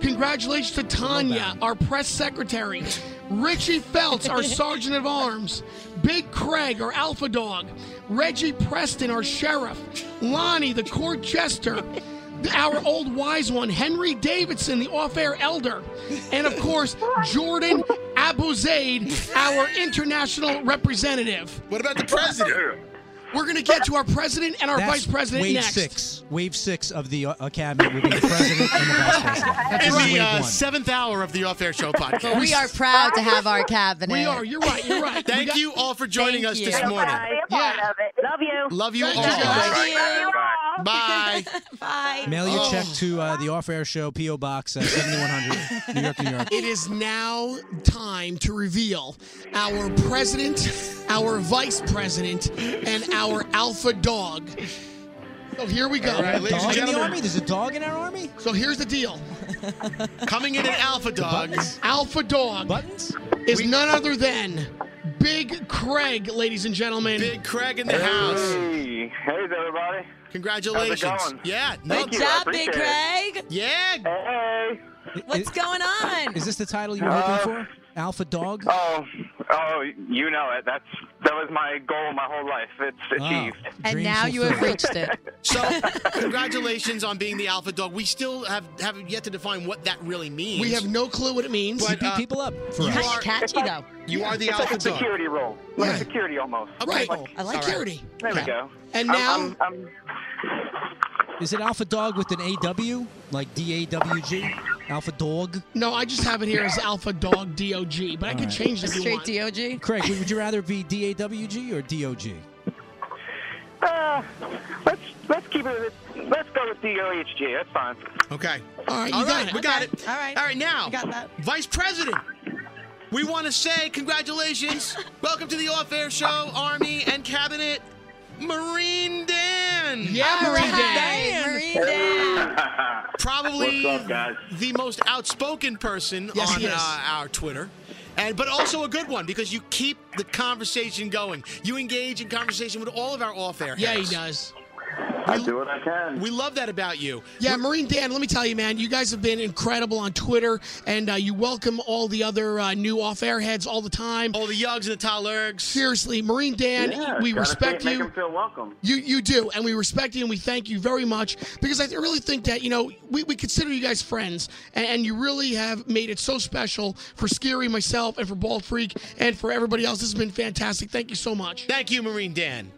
Congratulations to Tanya, our Press Secretary, Richie Feltz, our Sergeant of Arms, Big Craig, our Alpha Dog, Reggie Preston, our Sheriff, Lonnie, the Court Jester. our old wise one, Henry Davidson, the off air elder, and of course, Jordan Abuzaid, our international representative. What about the president? We're going to get to our president and our That's vice president wave next. six. Wave six of the uh, academy will be the president and the vice president. In That's the wave uh, one. seventh hour of the Off Air Show But podcast. we are proud to have our cabinet. We are. You're right. You're right. Thank you all for joining Thank us you. this I'm morning. Be a part of it. Love you. Love you all. Bye. Bye. Mail your Oh. check to uh, the off air show, P.O. Box uh, 7100, New York, New York. It is now time to reveal our president, our vice president, and our alpha dog. So here we go. All right, ladies and Dog in the gentlemen. army? There's a dog in our army? So here's the deal. Coming in at Alpha Dog. Alpha Dog Buttons? is none other than Big Craig, ladies and gentlemen. Big Craig in the house. Hey, hey there, everybody. Congratulations. How's it going? Yeah. Thank Good you, I job, Big appreciate Craig. Yeah. Hey. What's going on? Is this the title you were Uh, hoping for? Alpha Dog? Oh, oh, you know it. That's that was my goal my whole life. It's achieved. and Dreams now you have fulfilled. reached it. So, congratulations on being the Alpha Dog. We still have haven't yet to define what that really means. We have no clue what it means. But, Beat uh, people up for you us. are- Catchy though. You are the it's Alpha like a Dog. security role, like Right. security almost. Right. I like it. Security. There we go. Um, And I'm- now- I'm, I'm, Is it Alpha Dog with an AW? Like D A W G? Alpha Dog? No, I just have it here as Alpha Dog DOG, but I could right. change it if you Straight want. DOG. Craig, would you rather be D A W G or D O G? uh, let's let's keep it. With, let's go with DOHG. That's fine. Okay. All right, you All got right, it. we got it. All right. All right, now, We got that. Vice President, we want to say congratulations. Welcome to the Off Air Show, Army and Cabinet, Marine Dan. Yeah, Marie Dan. Hey, Marine Dan. Probably What's up, guys? the most outspoken person Yes, on he is. uh, our Twitter. And, but also a good one because you keep the conversation going. You engage in conversation with all of our off air. Yeah, he does. I do what I can. We love that about you. Yeah, Marine Dan, let me tell you, man, you guys have been incredible on Twitter, and uh, you welcome all the other uh, new off air heads all the time. All the Yugs and the Talurgs. Seriously, Marine Dan, Yeah, we gotta respect say, Make you. them feel welcome. You you do, and we respect you and we thank you very much because I really think that you know we, we consider you guys friends, and, and you really have made it so special for Scary, myself, and for Bald Freak, and for everybody else. This has been fantastic. Thank you so much. Thank you, Marine Dan.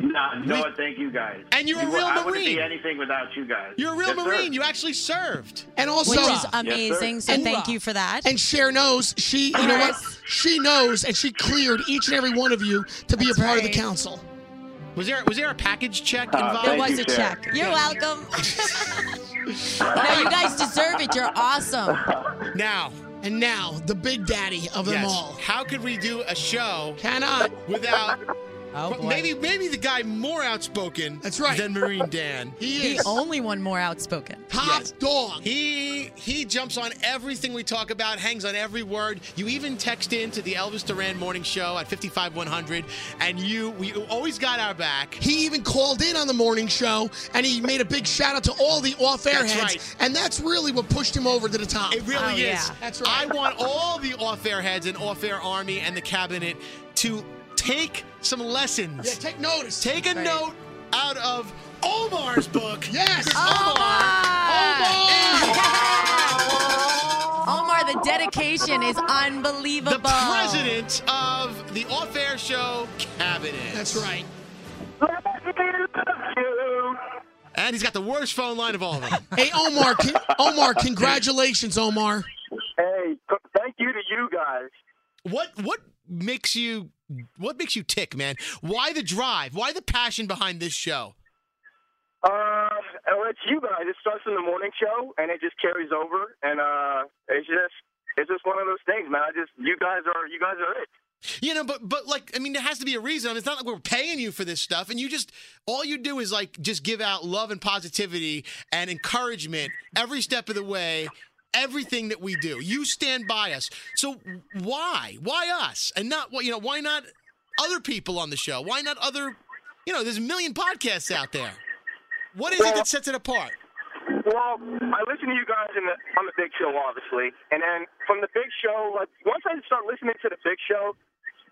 No, no, thank you guys. And you're a You- real I wouldn't Marine. be anything without you guys. You're a real Yes, sir. Marine. You actually served. And also, Which is sir. amazing. So And- thank you for that. and Cher knows she you know what she knows, and she cleared each and every one of you to be a part of the right. council. Was there was there a package check Uh, involved? There Thank was you, a Cher. check. You're welcome. no, you guys deserve it. You're awesome. Now, And now the big daddy of them yes. all How could we do a show cannot without Oh, But boy. maybe maybe the guy more outspoken. That's right. Than Marine Dan. The only one more outspoken. Top dog. He he jumps on everything we talk about, hangs on every word. You even text in to the Elvis Duran Morning Show at 55100, and you we always got our back. He even called in on the morning show and he made a big shout out to all the off air That's heads. right. And that's really what pushed him over to the top. It really is. Oh, That's right. I want all the off-air heads and off-air army and the cabinet to take some lessons. Yeah, take notice. Take a Right. note out of Omar's book. Yes. Omar, the dedication is unbelievable. The president of the off-air show cabinet. That's right. And he's got the worst phone line of all of them. Hey, Omar, con- Omar, congratulations, Omar. Hey, thank you to you guys. What what makes you what makes you tick, man? Why the drive? Why the passion behind this show? Uh, well, it's you guys. It starts in the morning show, and it just carries over, and uh, it's just it's just one of those things, man. I just you guys are you guys are it. You know, but but like I mean, there has to be a reason. I mean, it's not like we're paying you for this stuff, and you just all you do is like just give out love and positivity and encouragement every step of the way. Everything that we do, you stand by us. So why, why us, and not what you know? Why not other people on the show? Why not other? You know, there's a million podcasts out there. What is it that sets it apart? Well, I listen to you guys in the, on the Big Show, obviously, and then from the Big Show, like once I start listening to the Big Show,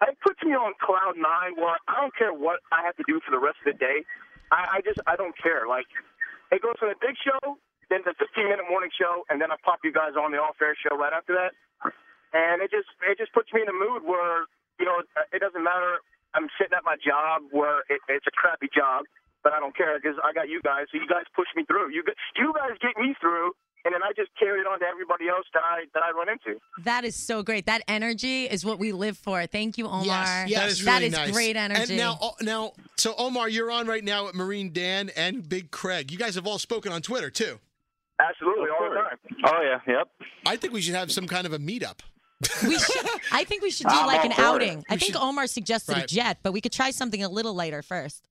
it puts me on cloud nine where I don't care what I have to do for the rest of the day. I, I just I don't care. Like it goes from the Big Show, then the 15 minute morning show, and then I pop you guys on the All Fair Show right after that, and it just it just puts me in a mood where you know it doesn't matter. I'm sitting at my job where it, it's a crappy job, but I don't care because I got you guys. So you guys push me through. You gu- you guys get me through, and then I just carry it on to everybody else that I that I run into. That is so great. That energy is what we live for. Thank you, Omar. that is really nice. great energy. And now, oh, now, so Omar, you're on right now with Marine Dan and Big Craig. You guys have all spoken on Twitter too. Absolutely, all the time. Oh yeah, yep. I think we should have some kind of a meetup. we should. I think we should do I'm like on an board. outing. oh, I We think should- Omar suggested a Right. jet, but we could try something a little lighter first.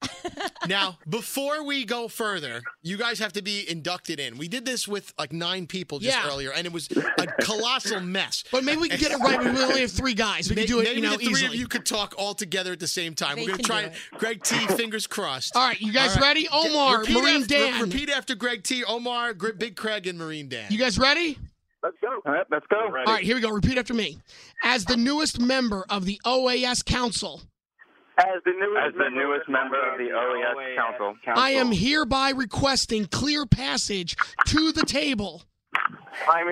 now, before we go further, you guys have to be inducted in. We did this with like nine people just Yeah. earlier, and it was a colossal mess. But maybe we can get it right. We only have three guys. We can May- do it, Maybe you know, the three of easily. you could talk all together at the same time. They We're gonna can try. do it. Greg T, fingers crossed. All right, you guys All right. ready? Omar, Repeat Marine after- Dan. Repeat after Greg T, Omar, Gr- Big Craig, and Marine Dan. You guys ready? Let's go. All right, let's go. All right, here we go. Repeat after me. As the newest member of the OAS Council, As the newest, member of the OAS, Council, I am hereby requesting clear passage to the table I'm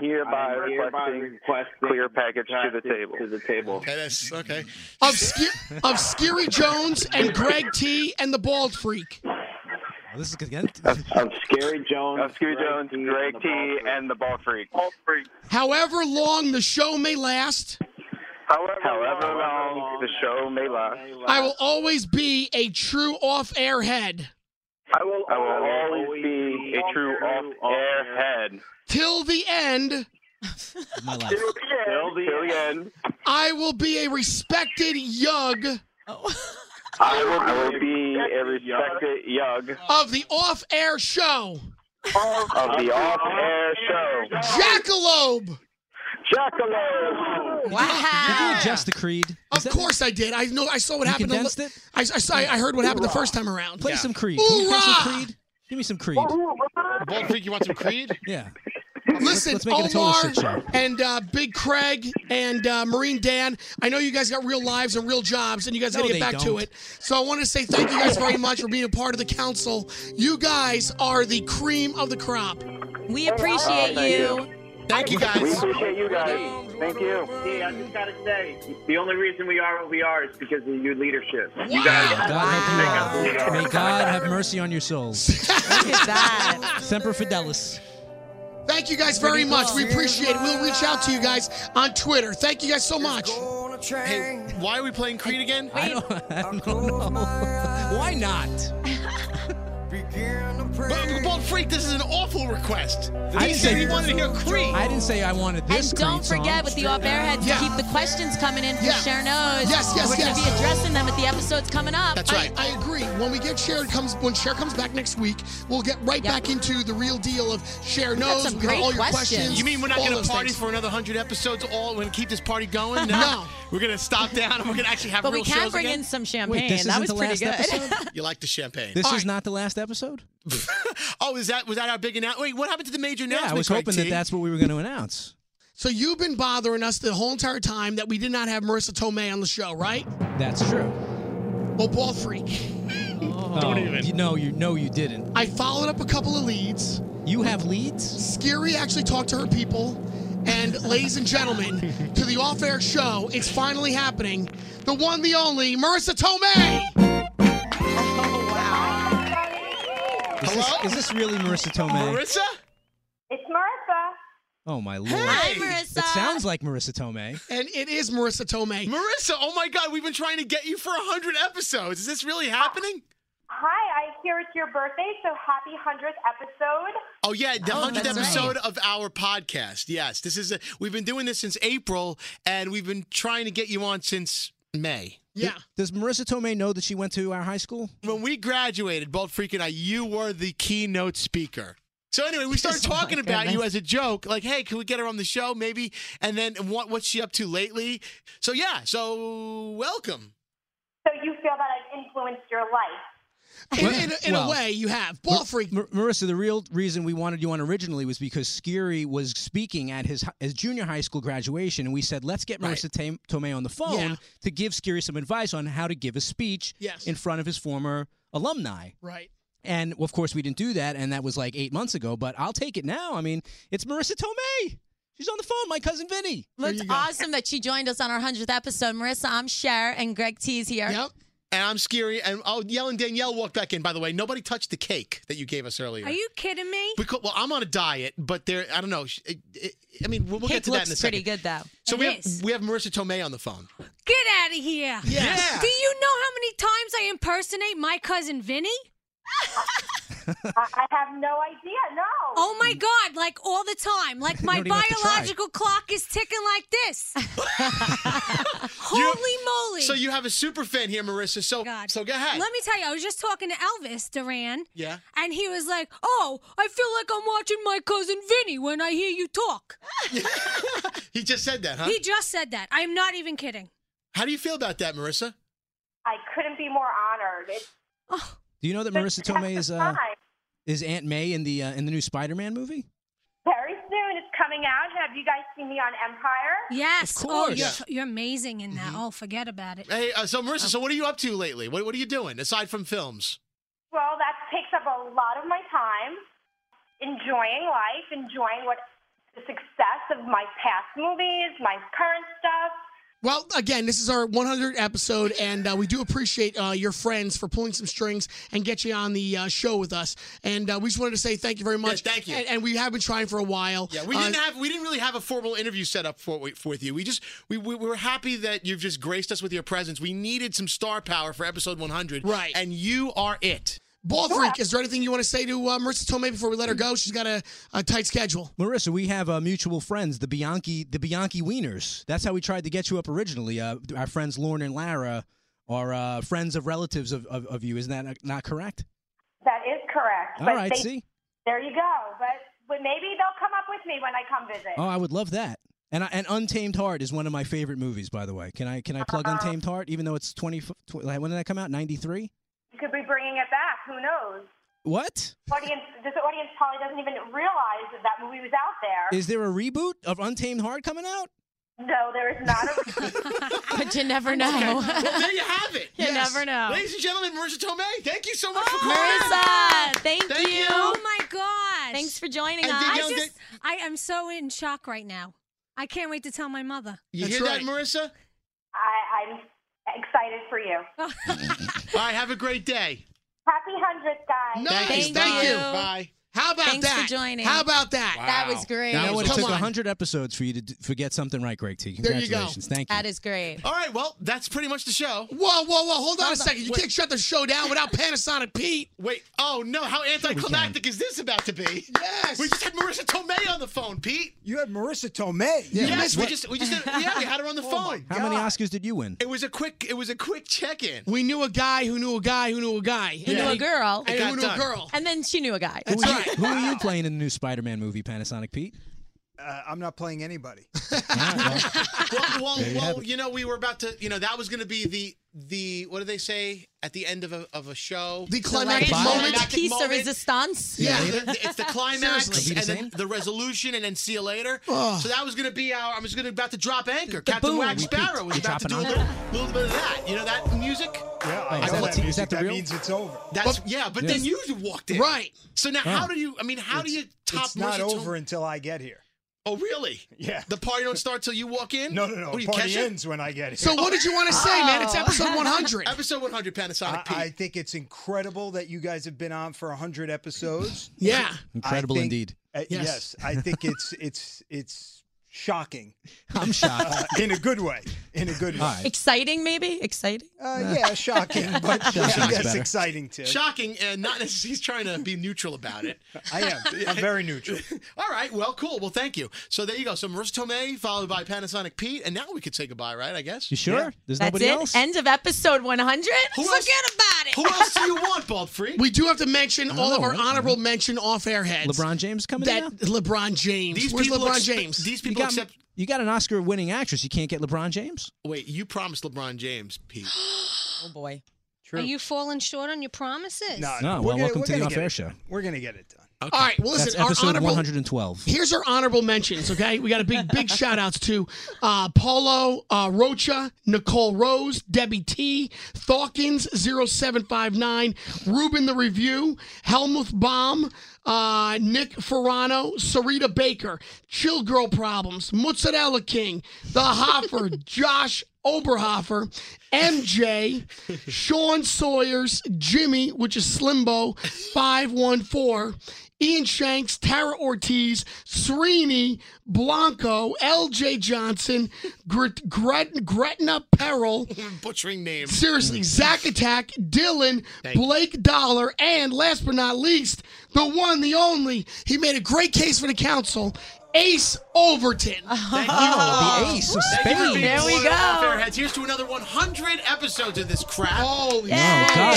here by requesting, clear package to the table. To the table. Okay, that's okay. of, Ske- of Scary Jones and Greg T and the Bald Freak. this is good. Of Scary Jones, of Scary Jones, Greg T, and the Ball Freak. Ball Freak. However long the show may last, However, long, the show may last, I will always be a true off-air head I will, always, be a true off-air head. till the end. My life. Till the end. I will be a respected yug I will, be a respected yug of the off-air show. of the off-air show. Jackalope. Jackalope. Did you Wow. adjust the Ah. creed? Of course I did. I know. I saw what You happened. to condensed Lu- it? I, I saw. I heard what happened the Hoorah. first time around. Play some Creed. Can we play some Hoorah! Creed? Give me some Creed. Bald Freak, you want some Creed? Yeah. Listen, let's make it a total Omar shit show. and uh, Big Craig and uh, Marine Dan. I know you guys got real lives and real jobs, and you guys No, got to they get back to don't. it. So I want to say thank you guys very much for being a part of the council. You guys are the cream of the crop. We Oh, appreciate you. Thank you guys. We appreciate you guys. Thank you. See, I just gotta say, the only reason we are what we are is because of your leadership. You God help you all. May God have mercy on your souls. Look at that. Semper Fidelis. Thank you guys very Pretty much. cool. We appreciate it. We'll reach out to you guys on Twitter. Thank you guys so much. Hey, why are we playing Creed again? I don't, I don't know. Why not? Bald Freak, this is an awful request. I he didn't said say- he wanted to hear Creed. I didn't say I wanted this. And don't Creed forget song. with the off air heads Yeah. to Oh, keep the questions coming in from Yeah. Cher knows. Yes, yes, We're yes. gonna be addressing them at the episodes coming up. That's right. I, agree. When we get Cher comes when Cher comes back next week, we'll get right back into the real deal of Cher Got knows. some We got great all your questions. You mean we're not all going those to party things. for another 100 episodes all and keep this party going? No. No. We're going to stop down and we're going to actually have But we real can shows bring again? in some Wait, champagne. this That isn't was the pretty last good. you like the champagne. This All is not the last episode. right. Oh, is that was that our big announcement? Wait, what happened to the major Yeah, announcement? I was Craig hoping T? that that's what we were going to announce. So you've been bothering us the whole entire time that we did not have Marissa Tomei on the show, right? That's true. Oh, Well, ball freak. Don't even. Oh, You, no, you no, you didn't. I followed up a couple of leads. You have leads? Scary actually talked to her people. And ladies and gentlemen, to the off-air show, it's finally happening. The one, the only, Marissa Tomei. Is this, is this really Marissa Tomei? Marissa? It's Marissa. Oh my lord! Hi, Marissa. It sounds like Marissa Tomei. And it is Marissa Tomei. Marissa, oh my God, we've been trying to get you for 100 episodes. Is this really happening? Hi, I hear it's your birthday, so happy 100th episode. Oh yeah, the Oh, hundredth that's right. episode of our podcast. Yes, this is a, we've been doing this since April, and we've been trying to get you on since May. Yeah. Does Marissa Tomei know that she went to our high school? When we graduated, Bolt Freak and I, you were the keynote speaker. So anyway, we started Oh, my talking about you goodness. as a joke, like, "Hey, can we get her on the show, maybe?" And then, what, what's she up to lately? So yeah, so welcome. So you feel that I've influenced your life. In, in, a- in Well- a way, you have. Ball Mar- Mar- Marissa, the real reason we wanted you on originally was because Skiri was speaking at his hi- his junior high school graduation, and we said let's get Marissa Tam- Tomei on the phone Yeah. to give Skiri some advice on how to give a speech Yes. in front of his former alumni. Right. And of course, we didn't do that, and that was like eight months ago. But I'll take it now. I mean, it's Marissa Tomei. She's on the phone. My cousin Vinny. It's awesome that she joined us on our 100th episode. Marissa, I'm Cher, and Greg T's here. Yep. And I'm scary. And oh, Yell and Danielle walked back in. By the way, nobody touched the cake that you gave us earlier. Are you kidding me? Because, well, I'm on a diet, but there. I don't know. sh- It, it, I mean, we'll, we'll Cake get to that in a looks second. pretty good, though. So It we have, is. we have Marissa Tomei on the phone. Get out of here. Yes. Yeah. Do you know how many times I impersonate my cousin Vinny? I I have no idea. No. Oh my God, like all the time. Like my don't even have to try. biological clock is ticking like this. Holy moly. So you have a super fan here, Marissa. So so go ahead. Let me tell you, I was just talking to Elvis Duran. Yeah. And he was like, Oh, I feel like I'm watching my cousin Vinny when I hear you talk. He just said that, huh? He just said that. I'm not even kidding. How do you feel about that, Marissa? I couldn't be more honored. It's Do you know that Marissa Tomei is Oh. uh, time. is Aunt May in the uh, in the new Spider-Man movie? Very soon it's coming out. Have you guys seen me on Empire? Yes. Of Oh, course. you're, you're amazing in that. Oh, forget about it. Mm-hmm. Hey, uh, so Oh. Marissa, so what are you up to lately? What, what are you doing aside from films? Well, that takes up a lot of my time. Enjoying life, enjoying what the success of my past movies, my current stuff. Well, again, this is our 100 episode, and uh, we do appreciate uh, your friends for pulling some strings and get you on the uh, show with us. And uh, we just wanted to say thank you very much. thank you. And, and we have been trying for a while. Yeah, we Uh, didn't have we didn't really have a formal interview set up for, for with you. We just we, we were happy that you've just graced us with your presence. We needed some star power for episode 100, right? And you are it. Ball freak, is there anything you want to say to uh, Marissa Tomei before we let her go? She's got a, a tight schedule. Marissa, we have uh, mutual friends, the Bianchi, the Bianchi Wieners. That's how we tried to get you up originally. Uh, our friends Lauren and Lara are uh, friends of relatives of, of, of you. Isn't that uh, not correct? That is correct. All but right, they- see? There you go. But, but maybe they'll come up with me when I come visit. Oh, I would love that. And I, and Untamed Heart is one of my favorite movies, by the way. Can I can I plug Uh-huh. Untamed Heart? Even though it's twenty, f- tw- like, when did that come out? Ninety three. You could be bringing it back. Who knows? What Audience, this audience probably doesn't even realize that that movie was out there. is there a reboot of Untamed Heart coming out? no, there is not a. But you never know. Okay. Well, there you have it. Oh. You never know. Oh, Ladies and gentlemen, Marissa Tomei, thank you so much for calling. Marissa, thank, Thank you. Oh my gosh. Thanks for joining And us. did I y'all just, I am so in shock right now. I can't wait to tell my mother. You hear that, Marissa? I, I'm excited for you. Oh. All right, have a great day. Happy 100th, guys. Thank you. Bye. How about Thanks that? for joining. How about that? That was great. Now it Come took on. 100 episodes for you to d- forget something right, Greg T. There you go. Congratulations. Thank you. That is great. All right, well, that's pretty much the show. Whoa, whoa, whoa! Hold on a second. You can't shut the show down without Panasonic Pete. Wait. Oh no! How anticlimactic is this about to be? Yes. We just had Marissa Tomei on the phone, Pete. You had Marissa Tomei. yes. we just we just did, yeah we had her on the Oh, phone. Oh How many Oscars did you win? It was a quick it was a quick check in. We knew a guy who knew a guy who knew a guy Who knew a girl? And who knew a girl? And then she knew a guy. who, are you, who are you playing in the new Spider-Man movie, Panasonic Pete? Uh, I'm not playing anybody. well, well, There you have well you know, we were about to, you know, that was going to be the the what do they say at the end of a of a show? The Like, climactic moment, moment. piece of resistance. Yeah, the- the- it's the climax Seriously. and then the resolution, and then see you later. Oh. So that was going to be our. I was going to about to drop anchor. Captain boom. Wax We- Sparrow was we about to do a dropping little, little bit of that. You know that music. Yeah, Oh, I is know that, that the- is music. that the that real- means it's over. That's yeah, but then you walked in. Right. So now, Yeah. how do you? I mean, how do you top? It's not Marissa Tomei? over until I get here. Oh, really? Yeah. The party don't start till you walk in. No, no, no. What, you Party catch it? ends when I get here. So what did you want to say, man? It's Oh. episode 100. Episode 100, I, Panasonic Pete. I think it's incredible that you guys have been on for 100 episodes. Yeah. Incredible I think- indeed. uh, yes. Yes. I think it's it's it's shocking I'm shocked. uh, in a good way. In a good way. All right. Exciting, maybe? Exciting? Uh, yeah, shocking, but yeah, sounds that's better. exciting too. Shocking, and not necessarily. He's trying to be neutral about it. I am. I'm very neutral. All right. Well, cool. Well, thank you. So there you go. So Marissa Tomei followed by Panasonic Pete, and now we could say goodbye, right? I guess. You sure? Yeah. There's That's nobody it? else? End of episode 100? Who Forget else- about it. Who else do you want, Bald Free? We do have to mention all of know, our right, honorable mention off air heads. LeBron James coming in That now? LeBron James. Where's people LeBron expe- James? These You people got, accept. you got an Oscar-winning actress. You can't get LeBron James? Wait, you promised LeBron James, Pete. Oh, boy. True. Are you falling short on your promises? no, No, no. well, we're gonna- welcome we're to the gonna Off get Air it Show. done. We're gonna get it done. all right. Well, listen, That's episode our honorable 112. Here's our honorable mentions, okay? We got a big, big shout outs to uh, Paulo uh, Rocha, Nicole Rose, Debbie T, Thawkins0759, Ruben the Review, Helmut Baum, uh, Nick Ferrano, Sarita Baker, Chill Girl Problems, Mozzarella King, The Hoffer, Josh Oberhofer, MJ, Sean Sawyers, Jimmy, which is Slimbo, 514, Ian Shanks, Tara Ortiz, Srini, Blanco, LJ Johnson, Gret- Gret- Gretna Peril, Butchering name. seriously, Zach Attack, Dylan, Thank you. Blake Dollar, and last but not least, the one, the only, he made a great case for the council, Ace Overton. Thank you. Oh, the ace of Thank you for spades. being Ah. There we one of our go. fair heads. Here's to another 100 episodes of this crap. Holy Oh, God,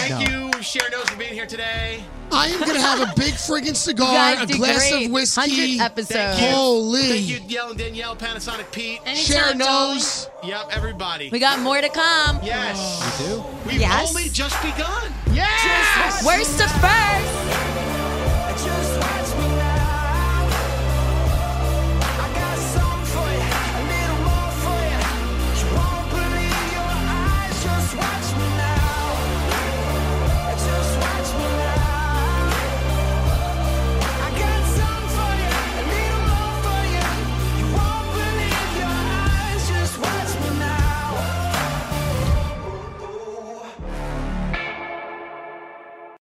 no. Thank you, Sharon Knows, for being here today. I am gonna have a big friggin' You cigar, guys a did glass great. of whiskey. 100 episodes. Thank you. Thank you, Holy. Yell and Danielle, Panasonic Pete. Share Anytime, darling. knows. Yep, everybody. We got more to come. Oh. yes. You do? We've Yes. only just begun. Yes. Worst to first. I just watch